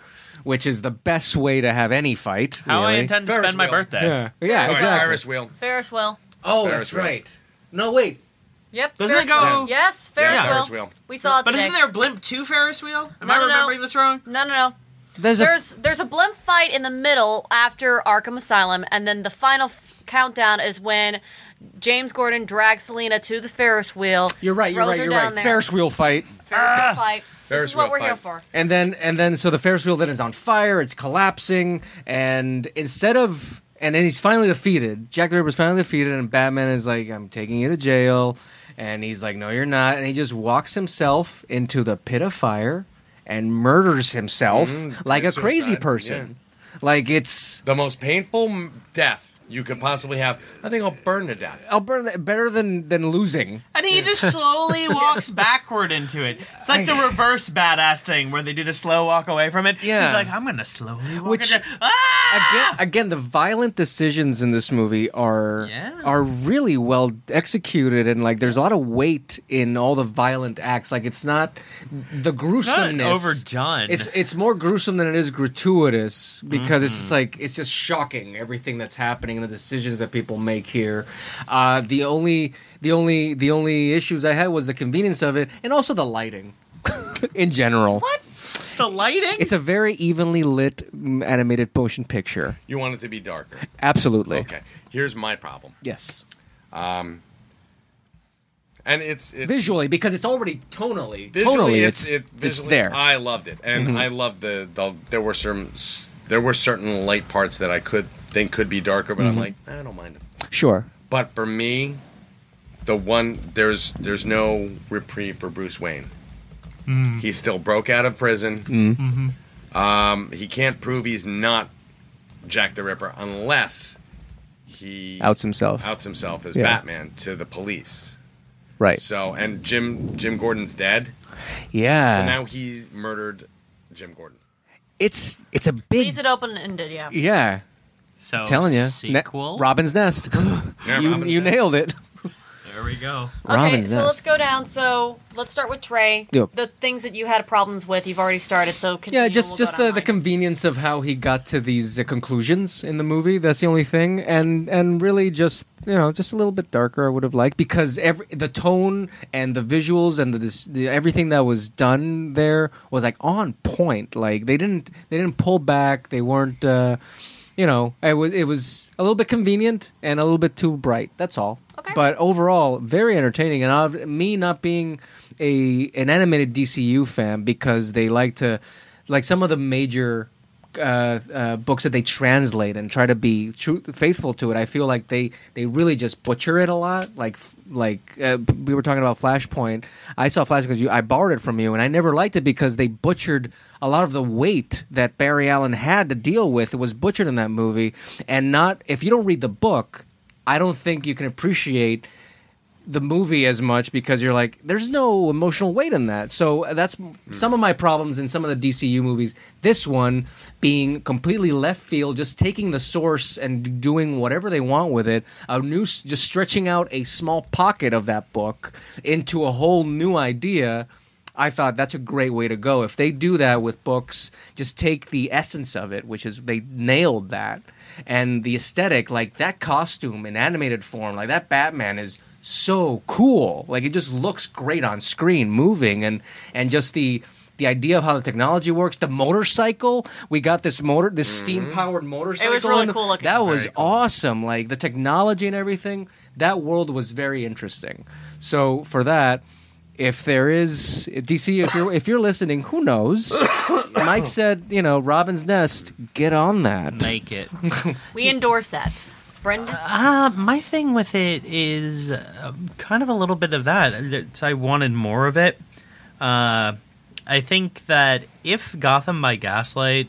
[SPEAKER 3] which is the best way to have any fight.
[SPEAKER 1] How I
[SPEAKER 3] really.
[SPEAKER 1] intend to
[SPEAKER 6] Ferris
[SPEAKER 1] spend my
[SPEAKER 6] wheel.
[SPEAKER 1] birthday.
[SPEAKER 3] Yeah. Yeah.
[SPEAKER 6] Sorry,
[SPEAKER 3] Exactly.
[SPEAKER 6] Ferris wheel.
[SPEAKER 5] Ferris wheel.
[SPEAKER 3] Oh,
[SPEAKER 6] Ferris
[SPEAKER 3] that's
[SPEAKER 6] wheel.
[SPEAKER 3] right. No, wait.
[SPEAKER 5] Yep.
[SPEAKER 1] Doesn't
[SPEAKER 5] Ferris
[SPEAKER 1] it go-
[SPEAKER 5] wheel. Yes, Ferris,
[SPEAKER 1] Yeah.
[SPEAKER 5] wheel.
[SPEAKER 6] Ferris wheel.
[SPEAKER 5] We saw it
[SPEAKER 1] But
[SPEAKER 5] today.
[SPEAKER 1] isn't there a blimp two Ferris wheel? Am
[SPEAKER 5] No,
[SPEAKER 1] I
[SPEAKER 5] no, no.
[SPEAKER 1] remembering this wrong?
[SPEAKER 5] no, no, no.
[SPEAKER 3] There's,
[SPEAKER 5] There's there's a blimp fight in the middle after Arkham Asylum, and then the final f- countdown is when James Gordon drags Selena to the Ferris wheel.
[SPEAKER 3] You're right. You're
[SPEAKER 5] throws
[SPEAKER 3] right.
[SPEAKER 5] her
[SPEAKER 3] You're
[SPEAKER 5] down
[SPEAKER 3] right.
[SPEAKER 5] There.
[SPEAKER 3] Ferris wheel fight.
[SPEAKER 5] Ferris wheel fight.
[SPEAKER 6] Ah. Ferris
[SPEAKER 5] this is what
[SPEAKER 6] wheel
[SPEAKER 5] we're here
[SPEAKER 6] fight.
[SPEAKER 5] for.
[SPEAKER 3] And then and then so the Ferris wheel then is on fire, it's collapsing, and instead of and then he's finally defeated. Jack the Ripper's finally defeated, and Batman is like, I'm taking you to jail. And he's like, No, you're not. And he just walks himself into the pit of fire and murders himself like a
[SPEAKER 6] suicide,
[SPEAKER 3] crazy person. Like it's
[SPEAKER 6] The most painful m- death you could possibly have. I think I'll burn to death.
[SPEAKER 3] I'll burn that oh, better than than losing.
[SPEAKER 1] And he just slowly walks backward into it. It's like the reverse badass thing where they do the slow walk away from it.
[SPEAKER 3] Yeah.
[SPEAKER 1] He's like, I'm gonna slowly walk.
[SPEAKER 3] Which-
[SPEAKER 1] into- ah!
[SPEAKER 3] again, again, the violent decisions in this movie are
[SPEAKER 1] Yeah.
[SPEAKER 3] are really well executed, and like there's a lot of weight in all the violent acts. Like it's not the gruesomeness
[SPEAKER 1] overdone.
[SPEAKER 3] It's it's more gruesome than it is gratuitous because it's just like it's just shocking everything that's happening and the decisions that people make here. Uh, the only the only the only issues I had was the convenience of it and also the lighting in general. What?
[SPEAKER 1] the lighting.
[SPEAKER 3] It's a very evenly lit mm, animated motion picture.
[SPEAKER 6] You want it to be darker.
[SPEAKER 3] Absolutely.
[SPEAKER 6] Okay. Here's my problem.
[SPEAKER 3] Yes.
[SPEAKER 6] And it's, it's
[SPEAKER 3] Visually, because it's already tonally.
[SPEAKER 6] visually,
[SPEAKER 3] tonally,
[SPEAKER 6] it's
[SPEAKER 3] it's,
[SPEAKER 6] it,
[SPEAKER 3] it's
[SPEAKER 6] visually,
[SPEAKER 3] there. Mm-hmm.
[SPEAKER 6] I loved it, and I loved the, the there were certain there were certain light parts that I could think could be darker, but I'm
[SPEAKER 3] Mm-hmm.
[SPEAKER 6] like I don't mind them.
[SPEAKER 3] sure.
[SPEAKER 6] But for me, the one there's there's no reprieve for Bruce Wayne.
[SPEAKER 3] Mm.
[SPEAKER 6] He still broke out of prison. Um, he can't prove he's not Jack the Ripper unless he
[SPEAKER 3] Outs himself.
[SPEAKER 6] outs himself as
[SPEAKER 3] Yeah.
[SPEAKER 6] Batman to the police.
[SPEAKER 3] Right.
[SPEAKER 6] So and Jim Jim Gordon's dead.
[SPEAKER 3] Yeah.
[SPEAKER 1] Uh,
[SPEAKER 6] So now he's murdered Jim Gordon.
[SPEAKER 3] it's it's a big.
[SPEAKER 5] Leaves it open ended. Yeah.
[SPEAKER 3] yeah.
[SPEAKER 1] so
[SPEAKER 3] telling you. Ne-
[SPEAKER 1] sequel.
[SPEAKER 3] Robin's Nest.
[SPEAKER 6] Yeah,
[SPEAKER 3] you
[SPEAKER 6] Robin
[SPEAKER 3] you
[SPEAKER 6] Hood.
[SPEAKER 3] nailed it.
[SPEAKER 1] There we go.
[SPEAKER 5] Okay,
[SPEAKER 3] Robin's
[SPEAKER 5] so
[SPEAKER 3] ass.
[SPEAKER 5] let's go down. So let's start with Trey.
[SPEAKER 3] Yep.
[SPEAKER 5] The things that you had problems with, you've already started. So continue,
[SPEAKER 3] Yeah,
[SPEAKER 5] and
[SPEAKER 3] just
[SPEAKER 5] we'll go
[SPEAKER 3] just
[SPEAKER 5] down
[SPEAKER 3] the, the
[SPEAKER 5] line.
[SPEAKER 3] convenience of how he got to these uh, conclusions in the movie. That's the only thing, and and really just you know just a little bit darker. I would have liked because every the tone and the visuals and the, dis the everything that was done there was like on point. Like they didn't they didn't pull back. They weren't. Uh, you know, it was it was a little bit convenient and a little bit too bright. That's all.
[SPEAKER 5] Okay.
[SPEAKER 3] But overall, very entertaining. And I've, me not being a an animated DCU fan because they like to, like some of the major uh, uh, books that they translate and try to be true, faithful to it. I feel like they they really just butcher it a lot. Like like uh, we were talking about Flashpoint. I saw Flashpoint. 'cause You, I borrowed it from you, and I never liked it because they butchered a lot of the weight that Barry Allen had to deal with. It was butchered in that movie, and not if you don't read the book. I don't think you can appreciate the movie as much because you're like, there's no emotional weight in that. So that's some of my problems in some of the DCU movies. This one being completely left field, just taking the source and doing whatever they want with it. A new, just stretching out a small pocket of that book into a whole new idea. I thought that's a great way to go. If they do that with books, just take the essence of it, which is they nailed that, and the aesthetic, like that costume in animated form, like that Batman is so cool. Like it just looks great on screen, moving, and and just the the idea of how the technology works. The motorcycle, we got this motor, this steam powered motorcycle.
[SPEAKER 5] really
[SPEAKER 3] and
[SPEAKER 5] cool looking.
[SPEAKER 3] That was awesome. Like the technology and everything. That world was very interesting. So for that if there is if DC, if you're if you're listening, who knows? Mike said, you know, Robin's Nest, get on that.
[SPEAKER 1] Make it.
[SPEAKER 5] We endorse that. Brendan,
[SPEAKER 1] Uh, my thing with it is uh, kind of a little bit of that. It's- I wanted more of it. Uh, I think that if Gotham by Gaslight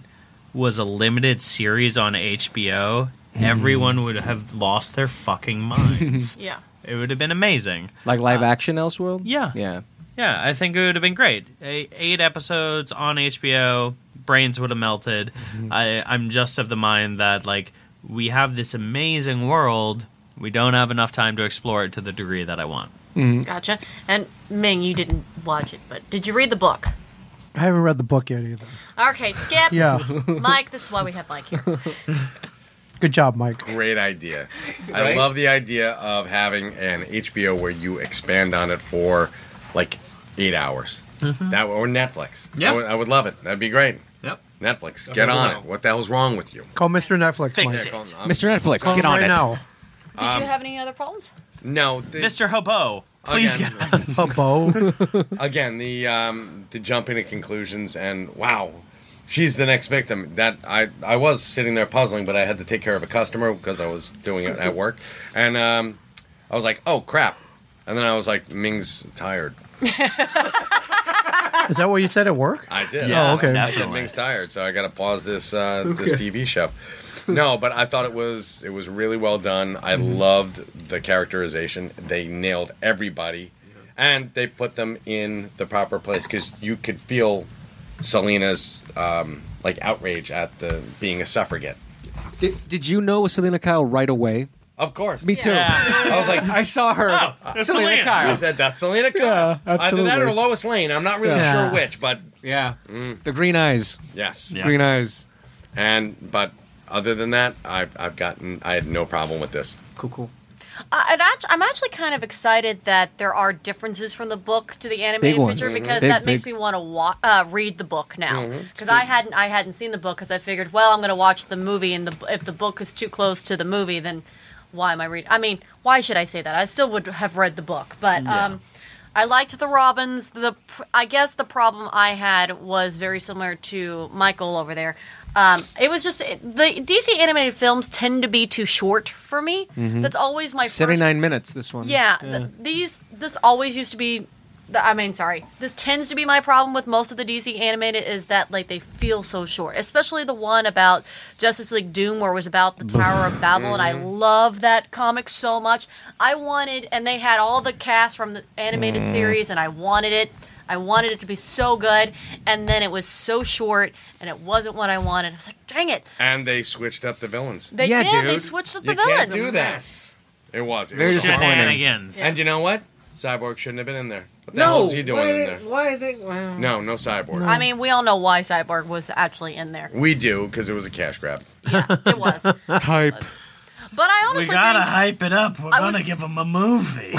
[SPEAKER 1] was a limited series on HBO,
[SPEAKER 2] Hmm.
[SPEAKER 3] Mm-hmm.
[SPEAKER 1] everyone would have lost their fucking minds.
[SPEAKER 5] yeah.
[SPEAKER 1] it would have been amazing.
[SPEAKER 3] Like live action Elseworld.
[SPEAKER 1] yeah.
[SPEAKER 3] yeah.
[SPEAKER 1] Yeah, I think it would have been great. A- eight episodes on HBO, brains would have melted.
[SPEAKER 6] Mm-hmm.
[SPEAKER 1] I, I'm just of the mind that like we have this amazing world, we don't have enough time to explore it to the degree that I want.
[SPEAKER 5] Gotcha. And Ming, you didn't watch it, but did you read the book?
[SPEAKER 4] I haven't read the book yet either.
[SPEAKER 5] Okay, skip.
[SPEAKER 4] Yeah.
[SPEAKER 5] Mike, this is why we have Mike here.
[SPEAKER 4] Good job, Mike.
[SPEAKER 6] Great idea. I love the idea of having an HBO where you expand on it for like eight hours. That or Netflix.
[SPEAKER 1] Mm-hmm. Yeah.
[SPEAKER 6] I would, I would love it. That'd be great.
[SPEAKER 1] Yep.
[SPEAKER 6] Netflix, get on it. What the hell's wrong with you?
[SPEAKER 4] Call Mr. Netflix,
[SPEAKER 1] Fix
[SPEAKER 4] Mike.
[SPEAKER 1] it.
[SPEAKER 6] Call- I'm-
[SPEAKER 3] Mr. Netflix,
[SPEAKER 4] Call
[SPEAKER 3] get
[SPEAKER 4] him
[SPEAKER 3] on
[SPEAKER 4] right
[SPEAKER 3] it.
[SPEAKER 4] now.
[SPEAKER 5] Did
[SPEAKER 6] Um,
[SPEAKER 5] you have any other problems?
[SPEAKER 6] No, the,
[SPEAKER 1] Mr. Hobo, please
[SPEAKER 6] Again.
[SPEAKER 1] get on.
[SPEAKER 4] A bow.
[SPEAKER 6] again the um, the jumping to conclusions and wow, she's the next victim. That I I was sitting there puzzling, but I had to take care of a customer because I was doing it at work, and um, I was like, oh crap, and then I was like, Ming's tired.
[SPEAKER 4] Is that what you said at work?
[SPEAKER 6] I did.
[SPEAKER 1] Yeah,
[SPEAKER 4] Oh, okay.
[SPEAKER 6] I said
[SPEAKER 1] definitely.
[SPEAKER 6] Ming's tired, so I got to pause this uh, this TV show. No, but I thought it was it was really well done. I
[SPEAKER 4] Mm-hmm.
[SPEAKER 6] loved the characterization. They nailed everybody, and they put them in the proper place because you could feel Selena's um, like outrage at the being a suffragette.
[SPEAKER 3] Did, did you know it was Selena Kyle right away?
[SPEAKER 6] Of course,
[SPEAKER 3] Me too.
[SPEAKER 1] Yeah.
[SPEAKER 6] I was like,
[SPEAKER 3] I saw her.
[SPEAKER 1] It's
[SPEAKER 6] Selena,
[SPEAKER 1] Selena. Mm.
[SPEAKER 6] Kyle. I said that's Selena Kyle.
[SPEAKER 3] Yeah,
[SPEAKER 6] Either that or
[SPEAKER 3] absolutely.
[SPEAKER 6] Lois Lane. I'm not really
[SPEAKER 4] Yeah.
[SPEAKER 6] sure which, but
[SPEAKER 3] Yeah, the green eyes.
[SPEAKER 6] yes,
[SPEAKER 1] Mm. Yeah.
[SPEAKER 3] Green eyes.
[SPEAKER 6] And but other than that, I've I've gotten I had no problem with this.
[SPEAKER 3] Cool, cool.
[SPEAKER 5] Uh, and act- I'm actually kind of excited that there are differences from the book to the animated
[SPEAKER 3] ones.
[SPEAKER 5] picture
[SPEAKER 3] Mhm.
[SPEAKER 5] because
[SPEAKER 3] Big-
[SPEAKER 5] that makes
[SPEAKER 3] big-
[SPEAKER 5] me want to wa- uh, read the book now because I hadn't I hadn't seen the book because I figured well I'm going to watch the movie and the if the book is too close to the movie then why am I reading I mean why should I say that I still would have read the book but um, I liked the Robins the pr- I guess the problem I had was very similar to Michael over there. Um, it was just it- the DC animated films tend to be too short for me.
[SPEAKER 3] Mm-hmm.
[SPEAKER 5] That's always my
[SPEAKER 3] Seventy
[SPEAKER 5] first
[SPEAKER 3] nine minutes. This one.
[SPEAKER 5] yeah, th- these this always used to be. th- I mean, sorry. This tends to be my problem with most of the DC animated is that like they feel so short, especially the one about Justice League Doom, where it was about the Tower of Babel, and I love that comic so much. I wanted, and they had all the cast from the animated series, and I wanted it. I wanted it to be so good, and then it was so short, and it wasn't what I wanted. I was like, dang it!
[SPEAKER 6] And they switched up the villains.
[SPEAKER 5] They
[SPEAKER 3] Yeah,
[SPEAKER 5] did. They
[SPEAKER 3] dude.
[SPEAKER 5] switched up
[SPEAKER 6] You
[SPEAKER 5] the villains.
[SPEAKER 6] can't do that. It was. It
[SPEAKER 3] Very
[SPEAKER 6] was
[SPEAKER 3] disappointing.
[SPEAKER 1] Shenanigans.
[SPEAKER 6] And you know what? Cyborg shouldn't have been in there. What the
[SPEAKER 3] no,
[SPEAKER 6] hell is he doing
[SPEAKER 3] why
[SPEAKER 6] in
[SPEAKER 3] did-
[SPEAKER 6] there?
[SPEAKER 3] Why they? Well,
[SPEAKER 6] No, no Cyborg.
[SPEAKER 5] I mean, we all know why Cyborg was actually in there.
[SPEAKER 6] we do because it was a cash grab.
[SPEAKER 5] Yeah, it was. But
[SPEAKER 3] Hype.
[SPEAKER 5] I honestly
[SPEAKER 2] We gotta
[SPEAKER 5] think,
[SPEAKER 2] hype it up. We're
[SPEAKER 5] I
[SPEAKER 2] gonna
[SPEAKER 5] was-
[SPEAKER 2] give him a movie.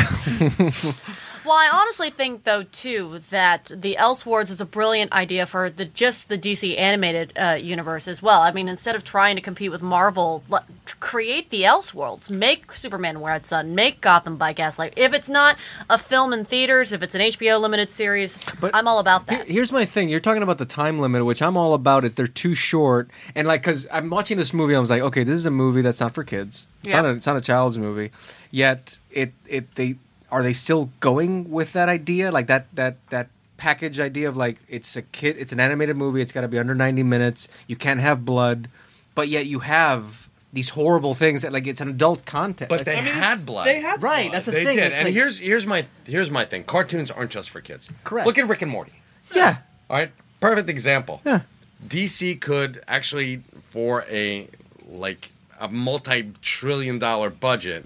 [SPEAKER 5] well, I honestly think though too that the Elseworlds is a brilliant idea for the just the DC animated uh, universe as well. I mean, instead of trying to compete with Marvel, let, tr- create the Elseworlds. Make Superman Where It's Sun. Make Gotham by Gaslight. If it's not a film in theaters, if it's an HBO limited series,
[SPEAKER 3] But-
[SPEAKER 5] I'm all about that.
[SPEAKER 3] Here- Here's my thing. You're talking about the time limit, which I'm all about it. They're too short. And like, cause I'm watching this movie, I was like, okay, this is a movie that's not for kids. It's
[SPEAKER 5] Yeah.
[SPEAKER 3] not. A, it's not a child's movie. Yet it it they are they still going with that idea like that that that package idea of like it's a kid it's an animated movie it's got to be under 90 minutes you can't have blood but yet you have these horrible things that like it's an adult content
[SPEAKER 6] But
[SPEAKER 3] Like,
[SPEAKER 6] they
[SPEAKER 3] I mean,
[SPEAKER 6] had blood.
[SPEAKER 3] they had Right, blood. that's the
[SPEAKER 6] they
[SPEAKER 3] thing,
[SPEAKER 6] Did.
[SPEAKER 3] it's
[SPEAKER 6] And
[SPEAKER 3] like-
[SPEAKER 6] here's here's my here's my thing. Cartoons aren't just for kids.
[SPEAKER 3] Correct.
[SPEAKER 6] Look at Rick and Morty.
[SPEAKER 3] yeah
[SPEAKER 6] All right, perfect example.
[SPEAKER 3] Yeah.
[SPEAKER 6] DC could actually, for a like a multi-trillion-dollar budget,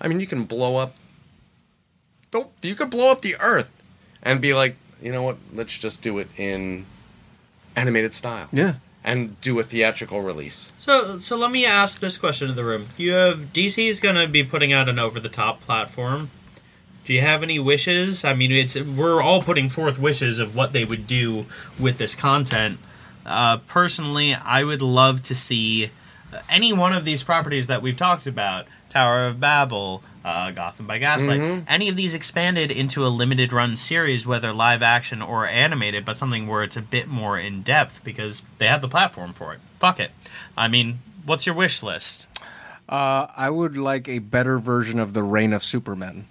[SPEAKER 6] I mean, you can blow up. Don't you could blow up the Earth, and be like, you know what? Let's just do it in animated style.
[SPEAKER 3] Yeah.
[SPEAKER 6] and do a theatrical release.
[SPEAKER 1] So, so let me ask this question to the room. You have DC is going to be putting out an over-the-top platform. Do you have any wishes? I mean, it's we're all putting forth wishes of what they would do with this content. Uh, personally, I would love to see any one of these properties that we've talked about: Tower of Babel, uh, Gotham by Gaslight.
[SPEAKER 6] Mm-hmm.
[SPEAKER 1] Any of these expanded into a limited run series, whether live action or animated, but something where it's a bit more in depth because they have the platform for it. Fuck it. I mean, what's your wish list?
[SPEAKER 3] uh, i would like a better version of the reign of superman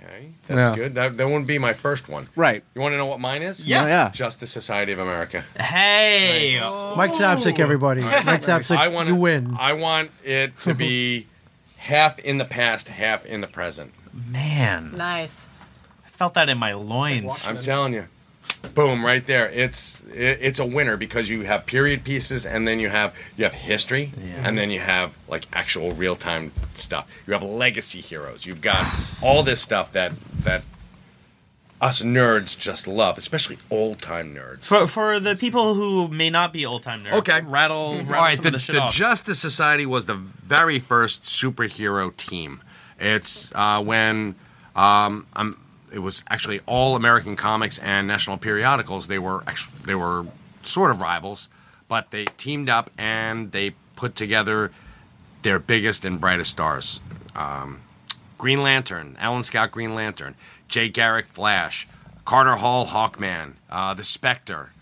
[SPEAKER 6] Okay, that's
[SPEAKER 3] Yeah.
[SPEAKER 6] good. That that wouldn't be my first one.
[SPEAKER 3] right
[SPEAKER 6] You want to know what mine is?
[SPEAKER 3] Yeah. Yeah.
[SPEAKER 6] Justice Society of America.
[SPEAKER 1] Hey,
[SPEAKER 4] Mike Zapsik, everybody.
[SPEAKER 5] Oh.
[SPEAKER 4] Mike
[SPEAKER 6] I
[SPEAKER 4] Zapsik,
[SPEAKER 6] want
[SPEAKER 4] you win.
[SPEAKER 6] I want it to be half in the past, half in the present.
[SPEAKER 1] man,
[SPEAKER 5] nice.
[SPEAKER 1] I felt that in my loins.
[SPEAKER 6] I'm telling you, boom, right there. It's it, it's a winner because you have period pieces, and then you have you have history, and then you have like actual real time stuff. You have legacy heroes. You've got all this stuff that that us nerds just love, especially old time nerds.
[SPEAKER 1] For, for the people who may not be old time nerds,
[SPEAKER 6] Okay.
[SPEAKER 1] rattle, rattle
[SPEAKER 6] All right,
[SPEAKER 1] some
[SPEAKER 6] the,
[SPEAKER 1] of the shit
[SPEAKER 6] the
[SPEAKER 1] off.
[SPEAKER 6] Justice Society was the very first superhero team. It's uh, when um, i it was actually all American comics and national periodicals. They were actu they were sort of rivals, but they teamed up and they put together their biggest and brightest stars. Um, Green Lantern, Alan Scott Green Lantern, Jay Garrick Flash, Carter Hall Hawkman, uh, the Spectre.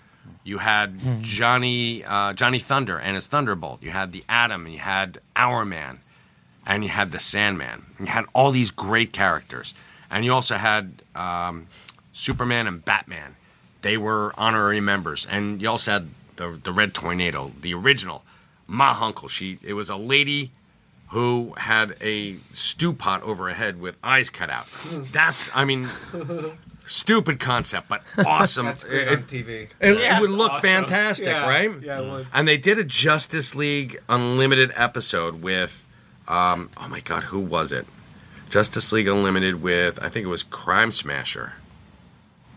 [SPEAKER 6] You had Johnny uh, Johnny Thunder and his Thunderbolt. You had the Atom. You had Hourman, and you had the Sandman. You had all these great characters, and you also had um, Superman and Batman. They were honorary members, and you also had the the Red Tornado, the original. My uncle, she it was a lady who had a stew pot over her head with eyes cut out. That's I mean, stupid concept, but awesome. It- it-
[SPEAKER 3] tv
[SPEAKER 6] it, it would look fantastic, right?
[SPEAKER 4] Yeah, it would.
[SPEAKER 6] And they did a Justice League Unlimited episode with, um, oh my God, who was it? Justice League Unlimited with, I think it was Crime Smasher.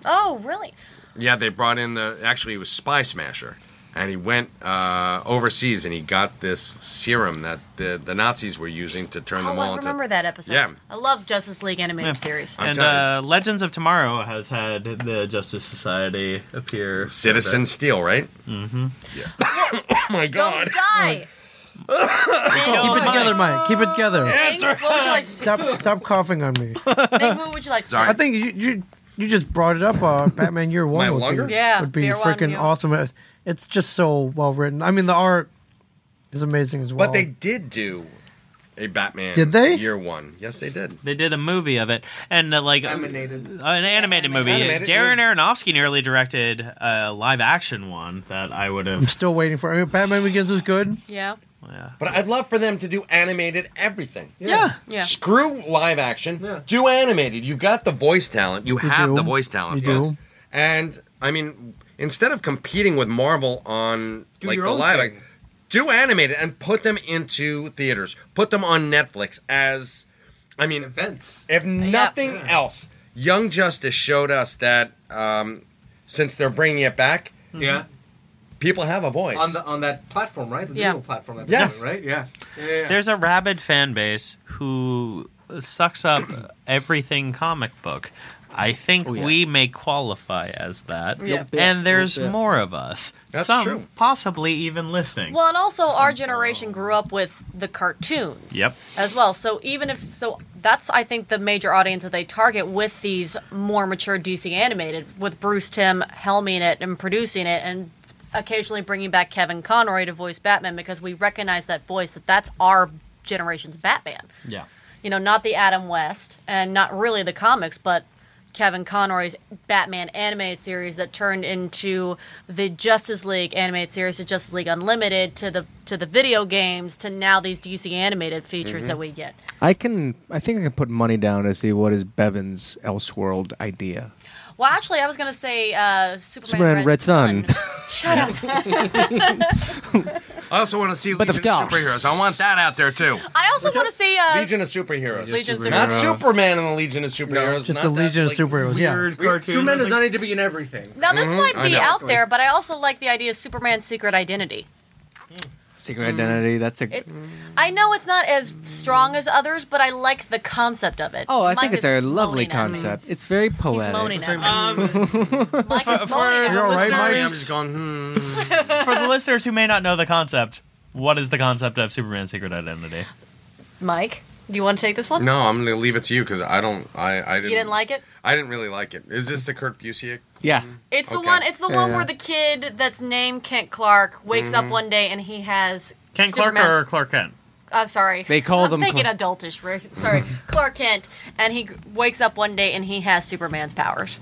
[SPEAKER 5] Oh, really?
[SPEAKER 6] Yeah, they brought in the, actually, it was Spy Smasher. And he went uh, overseas and he got this serum that the, the Nazis were using to turn them
[SPEAKER 5] Oh,
[SPEAKER 6] all
[SPEAKER 5] I
[SPEAKER 6] into.
[SPEAKER 5] remember that episode.
[SPEAKER 6] Yeah.
[SPEAKER 5] I love Justice League animated series.
[SPEAKER 6] I'm
[SPEAKER 1] and uh,
[SPEAKER 6] telling
[SPEAKER 1] Legends of Tomorrow has had the Justice Society appear.
[SPEAKER 6] Citizen Steel, right? Mm-hmm. Yeah. oh my God.
[SPEAKER 5] Don't die.
[SPEAKER 4] Keep it
[SPEAKER 5] Ming,
[SPEAKER 4] together, Mike. Keep it together.
[SPEAKER 5] Ming, what would you like to see?
[SPEAKER 4] Stop, stop coughing on me.
[SPEAKER 5] Ming, what would you like to see?
[SPEAKER 6] Sorry.
[SPEAKER 4] I think you you, you just brought it up. Uh, Batman Year One would
[SPEAKER 6] longer?
[SPEAKER 4] be,
[SPEAKER 5] Yeah,
[SPEAKER 4] would be
[SPEAKER 5] Year One,
[SPEAKER 4] freaking
[SPEAKER 5] yeah.
[SPEAKER 4] awesome. It's- It's just so well written. I mean, the art is amazing as well.
[SPEAKER 6] But they did do a Batman.
[SPEAKER 4] Did they?
[SPEAKER 6] Year one. Yes, they did.
[SPEAKER 1] They did a movie of it, and uh, like
[SPEAKER 3] Animated.
[SPEAKER 1] an animated movie.
[SPEAKER 6] Animated,
[SPEAKER 1] Darren
[SPEAKER 6] it
[SPEAKER 1] Aronofsky nearly directed a live action one that I would
[SPEAKER 4] I'm
[SPEAKER 1] have.
[SPEAKER 4] still waiting for. I mean, Batman Begins was good.
[SPEAKER 5] Yeah.
[SPEAKER 6] But I'd love for them to do animated everything.
[SPEAKER 4] Yeah.
[SPEAKER 5] Yeah.
[SPEAKER 6] Screw live action. Do animated. You've got the voice talent. You, have
[SPEAKER 4] do.
[SPEAKER 6] the voice talent.
[SPEAKER 4] You
[SPEAKER 6] yes.
[SPEAKER 4] do.
[SPEAKER 6] And I mean, instead of competing with Marvel on like
[SPEAKER 3] your
[SPEAKER 6] the
[SPEAKER 3] own
[SPEAKER 6] live,
[SPEAKER 3] thing.
[SPEAKER 6] act- do animated and put them into theaters. Put them on Netflix as, I mean,
[SPEAKER 3] Events.
[SPEAKER 6] If nothing else, Young Justice showed us that um, since they're bringing it back,
[SPEAKER 5] Mm-hmm.
[SPEAKER 3] Yeah.
[SPEAKER 6] people have a voice.
[SPEAKER 3] On the on that platform, right? The
[SPEAKER 5] Yeah.
[SPEAKER 3] digital platform. That
[SPEAKER 6] Yes.
[SPEAKER 3] yes. right. Yeah. Yeah. yeah, yeah.
[SPEAKER 1] There's a rabid fan base who sucks up everything comic book. I think
[SPEAKER 3] Oh, yeah.
[SPEAKER 1] we may qualify as that.
[SPEAKER 5] Yeah.
[SPEAKER 3] yeah,
[SPEAKER 1] And there's
[SPEAKER 3] yeah.
[SPEAKER 1] more of us.
[SPEAKER 6] That's
[SPEAKER 1] Some
[SPEAKER 6] true.
[SPEAKER 1] possibly even listening.
[SPEAKER 5] Well, and also our generation grew up with the cartoons.
[SPEAKER 1] Yep.
[SPEAKER 5] As well. So even if so that's I think the major audience that they target with these more mature DC animated with Bruce Tim helming it and producing it and occasionally bringing back Kevin Conroy to voice Batman because we recognize that voice that that's our generation's Batman.
[SPEAKER 1] yeah.
[SPEAKER 5] You know, not the Adam West and not really the comics, but Kevin Conroy's Batman animated series that turned into the Justice League animated series to Justice League Unlimited to the to the video games to now these DC animated features
[SPEAKER 6] Mm-hmm.
[SPEAKER 5] that we get.
[SPEAKER 3] I can. I think I can put money down to see what is Bevan's Elseworld idea.
[SPEAKER 5] Well, actually, I was gonna say uh, Superman,
[SPEAKER 3] Superman
[SPEAKER 5] Red,
[SPEAKER 3] Red
[SPEAKER 5] Sun.
[SPEAKER 3] Sun.
[SPEAKER 5] Shut up.
[SPEAKER 6] I also want to see
[SPEAKER 3] But of
[SPEAKER 6] Legion of
[SPEAKER 3] course.
[SPEAKER 6] Superheroes. I want that out there too.
[SPEAKER 5] I also want to see uh,
[SPEAKER 6] Legion of Superheroes.
[SPEAKER 5] Legion of
[SPEAKER 6] Not
[SPEAKER 5] Superheroes.
[SPEAKER 6] Superman and the Legion of Superheroes.
[SPEAKER 4] Just
[SPEAKER 6] not
[SPEAKER 4] the
[SPEAKER 6] that,
[SPEAKER 4] Legion
[SPEAKER 6] like,
[SPEAKER 4] of Superheroes. Yeah.
[SPEAKER 3] Cartoon. Superman does not need to be in everything.
[SPEAKER 5] Now this might
[SPEAKER 6] Mm-hmm. I
[SPEAKER 5] be
[SPEAKER 6] know.
[SPEAKER 5] out there, but I also like the idea of Superman's secret identity.
[SPEAKER 3] Secret identity. That's a.
[SPEAKER 5] It's, I know it's not as strong as others, but I like the concept of it.
[SPEAKER 3] oh, I
[SPEAKER 5] Mike
[SPEAKER 3] think it's
[SPEAKER 5] is
[SPEAKER 3] a lovely
[SPEAKER 5] moaning at me.
[SPEAKER 3] concept. It's very
[SPEAKER 5] He's
[SPEAKER 3] poetic.
[SPEAKER 5] moaning at me.
[SPEAKER 1] Um,
[SPEAKER 5] Mike
[SPEAKER 1] for-
[SPEAKER 5] is
[SPEAKER 1] for-
[SPEAKER 5] moaning at
[SPEAKER 1] you're
[SPEAKER 5] me.
[SPEAKER 4] all right,
[SPEAKER 6] I
[SPEAKER 4] Mike?
[SPEAKER 6] mean, I'm just going. Hmm.
[SPEAKER 1] for the listeners who may not know the concept, what is the concept of Superman's secret identity?
[SPEAKER 5] Mike, do you want to take this one?
[SPEAKER 6] No, I'm going to leave it to you because I don't. I, I didn't.
[SPEAKER 5] hmm. You didn't like it?
[SPEAKER 6] I didn't really like it. Is this the Kurt Busiek?
[SPEAKER 3] Yeah.
[SPEAKER 5] It's the
[SPEAKER 6] Okay.
[SPEAKER 5] one. It's the
[SPEAKER 3] Yeah,
[SPEAKER 5] one
[SPEAKER 3] yeah.
[SPEAKER 5] where the kid that's named Kent Clark wakes up one day and he has
[SPEAKER 1] Mm-hmm. Kent Clark
[SPEAKER 5] Superman's-
[SPEAKER 1] or Clark Kent?
[SPEAKER 5] I'm sorry.
[SPEAKER 3] They call
[SPEAKER 5] I'm
[SPEAKER 3] them
[SPEAKER 5] thinking
[SPEAKER 3] Cla-
[SPEAKER 5] adultish. Rick. Sorry, Clark Kent, and he g- wakes up one day and he has Superman's powers.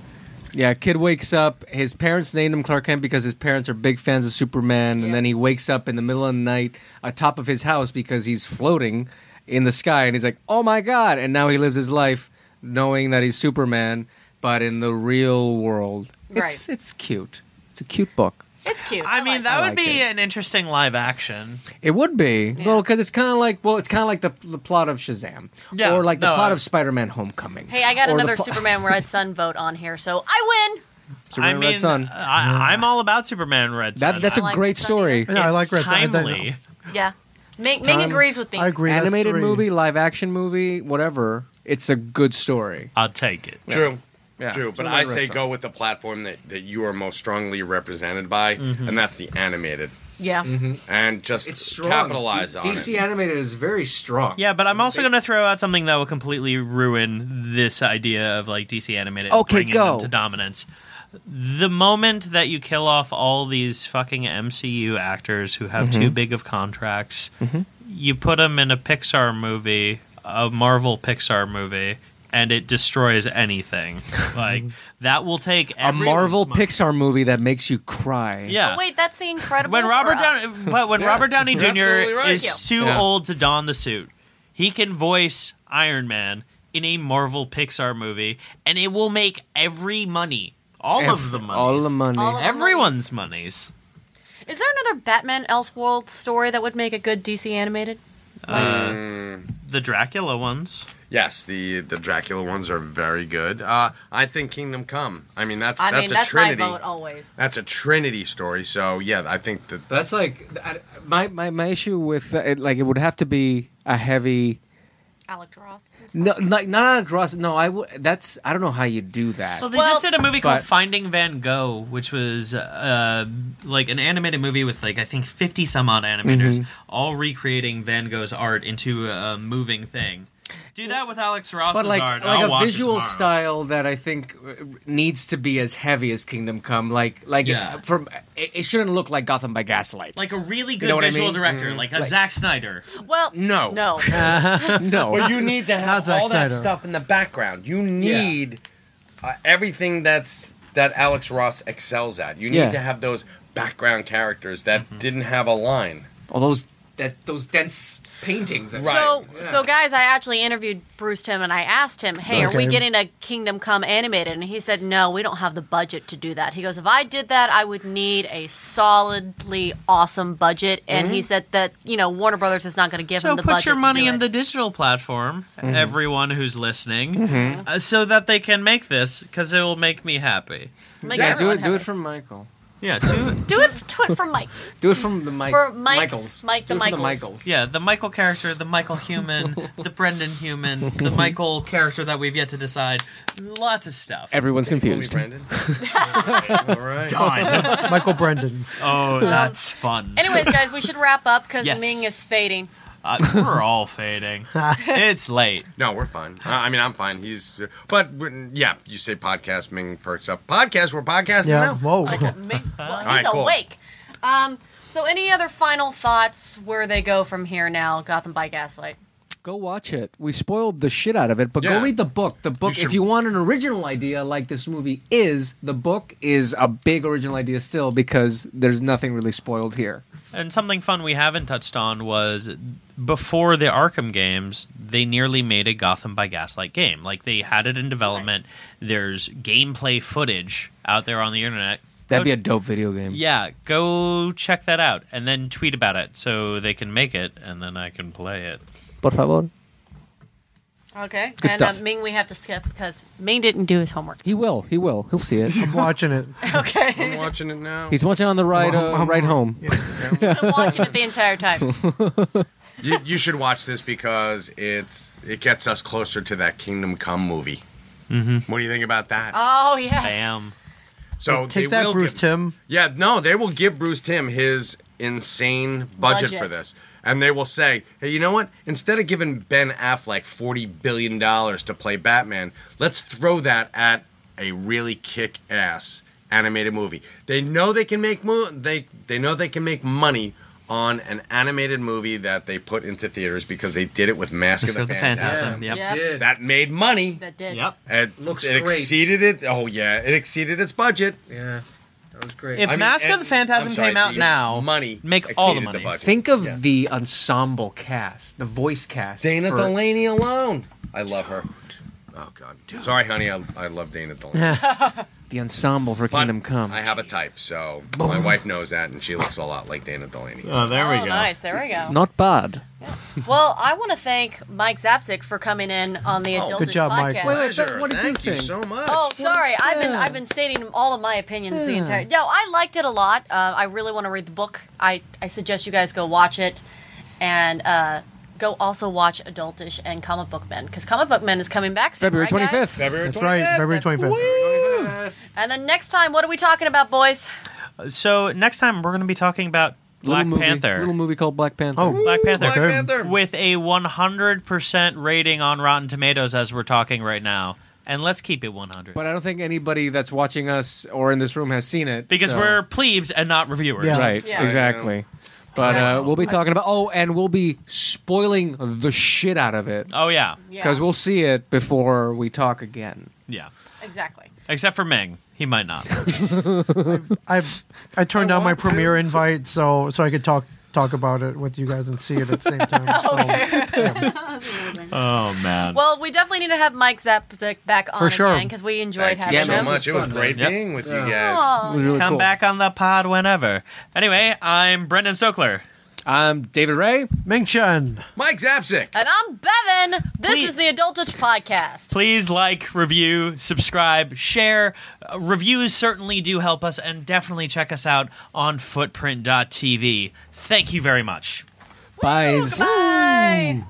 [SPEAKER 3] Yeah, kid wakes up. His parents named him Clark Kent because his parents are big fans of Superman,
[SPEAKER 5] Yeah.
[SPEAKER 3] and then he wakes up in the middle of the night atop of his house because he's floating in the sky, and he's like, "Oh my god!" And now he lives his life knowing that he's Superman, but in the real world. It's
[SPEAKER 5] Right.
[SPEAKER 3] it's cute. It's a cute book.
[SPEAKER 5] It's cute.
[SPEAKER 1] I mean,
[SPEAKER 5] like
[SPEAKER 1] that
[SPEAKER 3] I
[SPEAKER 1] would
[SPEAKER 3] like
[SPEAKER 1] be
[SPEAKER 3] it.
[SPEAKER 1] an interesting live action.
[SPEAKER 3] It would be
[SPEAKER 5] Yeah.
[SPEAKER 3] well because it's kind of like well, it's kind of like the, the plot of Shazam,
[SPEAKER 1] Yeah,
[SPEAKER 3] or like the
[SPEAKER 1] no,
[SPEAKER 3] plot
[SPEAKER 1] I-
[SPEAKER 3] of Spider-Man: Homecoming.
[SPEAKER 5] it. Hey, I
[SPEAKER 3] or
[SPEAKER 5] got
[SPEAKER 3] the
[SPEAKER 5] another
[SPEAKER 3] pl-
[SPEAKER 5] Superman Red Sun vote on here, so I win.
[SPEAKER 3] Superman
[SPEAKER 1] I
[SPEAKER 3] Red
[SPEAKER 1] mean, uh,
[SPEAKER 3] Sun.
[SPEAKER 1] I, I'm all about Superman Red Sun.
[SPEAKER 3] That, that's
[SPEAKER 5] I
[SPEAKER 3] a
[SPEAKER 5] like
[SPEAKER 3] great
[SPEAKER 5] the Sun
[SPEAKER 3] story.
[SPEAKER 5] either.
[SPEAKER 4] Yeah, I like
[SPEAKER 1] It's
[SPEAKER 4] Red Sun. I think-
[SPEAKER 1] timely.
[SPEAKER 5] Yeah, Ming,
[SPEAKER 3] It's
[SPEAKER 5] Ming
[SPEAKER 3] time.
[SPEAKER 5] agrees with me.
[SPEAKER 4] I agree. that's
[SPEAKER 3] animated
[SPEAKER 4] three.
[SPEAKER 3] movie, live action movie, whatever. It's a good story.
[SPEAKER 1] I'll take it.
[SPEAKER 6] True.
[SPEAKER 3] Yeah.
[SPEAKER 6] True, but
[SPEAKER 3] Superman
[SPEAKER 6] I
[SPEAKER 3] Red
[SPEAKER 6] say
[SPEAKER 3] Sun.
[SPEAKER 6] go with the platform that, that you are most strongly represented by, and that's the animated.
[SPEAKER 5] Yeah.
[SPEAKER 3] Mm-hmm.
[SPEAKER 6] And just capitalize on
[SPEAKER 3] DC
[SPEAKER 6] it.
[SPEAKER 3] animated is very strong.
[SPEAKER 1] Yeah, but I'm also going to throw out something that will completely ruin this idea of like DC animated and
[SPEAKER 3] Okay,
[SPEAKER 1] bringing them
[SPEAKER 3] go.
[SPEAKER 1] to dominance. The moment that you kill off all these fucking MCU actors who have
[SPEAKER 3] Mm-hmm.
[SPEAKER 1] too big of contracts, you put them in a Pixar movie, a Marvel Pixar movie, and it destroys anything. like that will take
[SPEAKER 3] A
[SPEAKER 1] every-
[SPEAKER 3] Marvel Pixar movie that makes you cry.
[SPEAKER 1] Yeah.
[SPEAKER 5] But Oh, wait, that's the Incredibles.
[SPEAKER 1] when Robert
[SPEAKER 5] or us?
[SPEAKER 1] Downey, but when Robert Downey
[SPEAKER 6] You're
[SPEAKER 1] Jr.
[SPEAKER 6] absolutely right.
[SPEAKER 1] is too
[SPEAKER 3] Yeah.
[SPEAKER 1] old to don the suit, he can voice Iron Man in a Marvel Pixar movie, and it will make every money, all of the money,
[SPEAKER 3] All the money.
[SPEAKER 5] All of-
[SPEAKER 1] everyone's monies.
[SPEAKER 5] Is there another Batman Elseworld story that would make a good DC animated?
[SPEAKER 1] The Dracula ones.
[SPEAKER 6] Yes, the the Dracula ones are very good. Uh, I think Kingdom Come. I mean, that's
[SPEAKER 5] I
[SPEAKER 6] that's
[SPEAKER 5] mean,
[SPEAKER 6] a
[SPEAKER 5] that's
[SPEAKER 6] trinity.
[SPEAKER 5] my vote always.
[SPEAKER 6] That's a trinity story. So yeah, I think that
[SPEAKER 3] That's like I- my, my my issue with uh, it, like it would have to be a heavy
[SPEAKER 5] Alec Ross.
[SPEAKER 3] no not not across no I would that's I don't know how you do that.
[SPEAKER 1] Well, they
[SPEAKER 5] Well-
[SPEAKER 1] just did a movie called
[SPEAKER 3] But-
[SPEAKER 1] Finding Van Gogh, which was uh, like an animated movie with like I think fifty some odd animators,
[SPEAKER 3] Mm-hmm.
[SPEAKER 1] all recreating Van Gogh's art into a moving thing. Do that with Alex Ross's
[SPEAKER 3] but like
[SPEAKER 1] art.
[SPEAKER 3] like
[SPEAKER 1] I'll watch
[SPEAKER 3] a
[SPEAKER 1] it
[SPEAKER 3] visual
[SPEAKER 1] tomorrow.
[SPEAKER 3] style that I think uh, needs to be as heavy as Kingdom Come. Like like
[SPEAKER 1] Yeah.
[SPEAKER 3] uh, from it, it shouldn't look like Gotham by Gaslight.
[SPEAKER 1] like a really good
[SPEAKER 3] know what I
[SPEAKER 1] visual
[SPEAKER 3] mean?
[SPEAKER 1] director, like a
[SPEAKER 3] Like-
[SPEAKER 1] Zack Snyder.
[SPEAKER 5] Well,
[SPEAKER 6] No.
[SPEAKER 5] no.
[SPEAKER 3] no,
[SPEAKER 6] But you need to
[SPEAKER 4] Not
[SPEAKER 6] have
[SPEAKER 4] Zack
[SPEAKER 6] all that
[SPEAKER 4] Snyder.
[SPEAKER 6] stuff in the background. You need uh, everything that's that Alex Ross excels at. You need
[SPEAKER 3] Yeah.
[SPEAKER 6] to have those background characters that didn't have a line.
[SPEAKER 3] all those that those dense paintings. That
[SPEAKER 5] So, so guys, I actually interviewed Bruce Tim and I asked him, "Hey, are we
[SPEAKER 4] Okay.
[SPEAKER 5] getting a Kingdom Come animated?" And he said, "No, we don't have the budget to do that." He goes, "If I did that, I would need a solidly awesome budget." And he said that you know Warner Brothers is not going to give
[SPEAKER 1] So
[SPEAKER 5] him the
[SPEAKER 1] put
[SPEAKER 5] budget. Mm-hmm.
[SPEAKER 1] your
[SPEAKER 5] to
[SPEAKER 1] money
[SPEAKER 5] do
[SPEAKER 1] in
[SPEAKER 5] it.
[SPEAKER 1] the digital platform, everyone who's listening,
[SPEAKER 5] Mm-hmm.
[SPEAKER 1] uh, so that they can make this because it will make me happy.
[SPEAKER 5] Make
[SPEAKER 3] yeah, do
[SPEAKER 5] everyone
[SPEAKER 3] it. Do it
[SPEAKER 5] happy.
[SPEAKER 3] from Michael.
[SPEAKER 1] Yeah, two,
[SPEAKER 5] Do it. Do it for Mike.
[SPEAKER 3] Do it from the Mike.
[SPEAKER 5] For Mike's-
[SPEAKER 3] Michaels. do
[SPEAKER 5] Mike the
[SPEAKER 3] it from the
[SPEAKER 5] Michaels.
[SPEAKER 3] Michaels.
[SPEAKER 1] yeah, the Michael character, the Michael human, the Brendan human,
[SPEAKER 5] Mm-hmm.
[SPEAKER 1] the Michael character that we've yet to decide. Lots of stuff.
[SPEAKER 3] Everyone's confused.
[SPEAKER 6] Brandon. All right.
[SPEAKER 2] Time.
[SPEAKER 4] Michael Brendan.
[SPEAKER 1] Oh, that's fun.
[SPEAKER 5] Anyways, guys, we should wrap up because
[SPEAKER 1] Yes.
[SPEAKER 5] Ming is fading.
[SPEAKER 1] Uh, we're all fading. It's late.
[SPEAKER 6] No, we're fine. I I mean, I'm fine. He's, but when- yeah, you say podcast, Ming perks up. Podcast, we're podcasting
[SPEAKER 4] Yeah.
[SPEAKER 6] now.
[SPEAKER 4] Whoa.
[SPEAKER 5] Ming, well, he's
[SPEAKER 6] right, cool.
[SPEAKER 5] awake. Um, so, any other final thoughts where they go from here now? Gotham by Gaslight.
[SPEAKER 3] Go watch it. We spoiled the shit out of it, but
[SPEAKER 6] Yeah.
[SPEAKER 3] go read the book. The book,
[SPEAKER 6] should-
[SPEAKER 3] if you want an original idea like this movie is, the book is a big original idea still because there's nothing really spoiled here.
[SPEAKER 1] And something fun we haven't touched on was before the Arkham games, they nearly made a Gotham by Gaslight game. Like they had it in development. There's gameplay footage out there on the internet.
[SPEAKER 3] That'd be
[SPEAKER 1] Go-
[SPEAKER 3] a dope video game.
[SPEAKER 1] yeah. Go check that out and then tweet about it so they can make it and then I can play it.
[SPEAKER 3] Por favor.
[SPEAKER 5] Okay.
[SPEAKER 3] Good
[SPEAKER 5] and
[SPEAKER 3] stuff.
[SPEAKER 5] Uh, Ming, we have to skip because Ming didn't do his homework.
[SPEAKER 3] He will. He will. He'll see it.
[SPEAKER 4] I'm watching it.
[SPEAKER 5] Okay.
[SPEAKER 6] I'm watching it now.
[SPEAKER 3] He's watching on the ride, uh, ride home.
[SPEAKER 5] I've been watching it the entire time.
[SPEAKER 6] you, you should watch this because it's it gets us closer to that Kingdom Come movie. Mm-hmm. What do you think about that?
[SPEAKER 5] Oh, yes.
[SPEAKER 1] Bam.
[SPEAKER 6] so
[SPEAKER 4] Take
[SPEAKER 6] they
[SPEAKER 4] that,
[SPEAKER 6] will
[SPEAKER 4] Bruce
[SPEAKER 6] give-
[SPEAKER 4] Tim.
[SPEAKER 6] Yeah, no, they will give Bruce Tim his insane budget,
[SPEAKER 5] Budget.
[SPEAKER 6] for this. And they will say, hey, you know what? Instead of giving Ben Affleck $40 billion to play Batman, let's throw that at a really kick ass animated movie. They know they can make mo- they they know they can make money on an animated movie that they put into theaters because they did it with Mask,
[SPEAKER 1] Just go
[SPEAKER 6] of
[SPEAKER 1] with the
[SPEAKER 6] the Phantasm.
[SPEAKER 1] Phantasm. Yep.
[SPEAKER 5] Yeah.
[SPEAKER 6] That made money.
[SPEAKER 5] That did.
[SPEAKER 1] Yep.
[SPEAKER 6] It
[SPEAKER 3] Looks
[SPEAKER 6] it
[SPEAKER 3] great.
[SPEAKER 6] exceeded it. Oh yeah, it exceeded its budget.
[SPEAKER 3] Yeah, that was great.
[SPEAKER 1] If
[SPEAKER 6] I mean,
[SPEAKER 1] Mask
[SPEAKER 6] and-
[SPEAKER 1] of the Phantasm
[SPEAKER 6] I'm sorry,
[SPEAKER 1] came out
[SPEAKER 6] the
[SPEAKER 1] now,
[SPEAKER 6] money
[SPEAKER 1] make all the
[SPEAKER 6] exceeded
[SPEAKER 1] money.
[SPEAKER 6] budget.
[SPEAKER 3] Think of
[SPEAKER 6] Yes.
[SPEAKER 3] the ensemble cast, the voice cast.
[SPEAKER 6] Dana
[SPEAKER 3] for-
[SPEAKER 6] Delaney alone. I love her. Oh God. Sorry, honey. I, I love Dana Delaney.
[SPEAKER 3] The ensemble for
[SPEAKER 6] But
[SPEAKER 3] Kingdom Come.
[SPEAKER 6] I have a type, so my wife knows that, and she looks a lot like Dana Delaney. so-
[SPEAKER 1] there
[SPEAKER 5] oh, nice. There we go.
[SPEAKER 3] Not bad.
[SPEAKER 5] Well, I want to thank Mike Zapsik for coming in on the Adult
[SPEAKER 4] Good job, Mike.
[SPEAKER 5] podcast.
[SPEAKER 3] Wait, wait.
[SPEAKER 6] Pleasure.
[SPEAKER 3] what did you
[SPEAKER 6] Thank you
[SPEAKER 3] think?
[SPEAKER 6] so much.
[SPEAKER 5] Oh, sorry. I've been
[SPEAKER 3] Yeah.
[SPEAKER 5] I've been stating all of my opinions the entire. No, I liked it a lot. Uh, I really want to read the book. I I suggest you guys go watch it, and uh, go also watch Adultish and Comic Book Men because Comic Book Men is coming back soon,
[SPEAKER 3] February
[SPEAKER 5] right,
[SPEAKER 3] twenty
[SPEAKER 5] guys?
[SPEAKER 3] fifth.
[SPEAKER 6] February
[SPEAKER 4] That's right.
[SPEAKER 6] 25th.
[SPEAKER 4] February 25th.
[SPEAKER 5] And then next time, what are we talking about, boys?
[SPEAKER 1] So next time we're going to be talking about Black
[SPEAKER 3] movie,
[SPEAKER 1] Panther.
[SPEAKER 3] Little movie called Black Panther.
[SPEAKER 4] Oh.
[SPEAKER 1] Black Panther.
[SPEAKER 6] Black
[SPEAKER 4] Okay.
[SPEAKER 6] Panther.
[SPEAKER 1] with a 100% rating on Rotten Tomatoes as we're talking right now. And let's keep it 100.
[SPEAKER 3] But I don't think anybody that's watching us or in this room has seen it
[SPEAKER 1] because
[SPEAKER 3] so-
[SPEAKER 1] we're plebes and not reviewers.
[SPEAKER 4] Yeah.
[SPEAKER 3] right,
[SPEAKER 5] Yeah.
[SPEAKER 3] exactly. But uh, we'll be talking about oh, and we'll be spoiling the shit out of it
[SPEAKER 1] Oh, yeah.
[SPEAKER 5] Yeah,
[SPEAKER 3] because we'll see it before we talk again.
[SPEAKER 1] Yeah.
[SPEAKER 5] exactly.
[SPEAKER 1] Except for Ming. He might not.
[SPEAKER 4] I I turned down my
[SPEAKER 6] want to.
[SPEAKER 4] premiere invite so so I could talk talk about it with you guys and see it at the same time. So,
[SPEAKER 1] oh, man.
[SPEAKER 5] Well, we definitely need to have Mike Zapsik back on
[SPEAKER 4] For sure.
[SPEAKER 5] again because we enjoyed having
[SPEAKER 6] Thank you
[SPEAKER 5] him.
[SPEAKER 6] so much. It was great
[SPEAKER 1] Yep.
[SPEAKER 6] being with you guys.
[SPEAKER 5] Aw.
[SPEAKER 3] It was really
[SPEAKER 1] Come
[SPEAKER 3] cool.
[SPEAKER 1] back on the pod whenever. Anyway, I'm Brendan Sokler.
[SPEAKER 3] I'm David Ray.
[SPEAKER 4] Ming Chen.
[SPEAKER 6] Mike Zapsik.
[SPEAKER 5] And I'm Bevan. This
[SPEAKER 1] Please-
[SPEAKER 5] is the Adultish Podcast.
[SPEAKER 1] Please like, review, subscribe, share. Uh, reviews certainly do help us, and definitely check us out on footprint.tv. Thank you very much.
[SPEAKER 3] Bye.
[SPEAKER 5] Bye.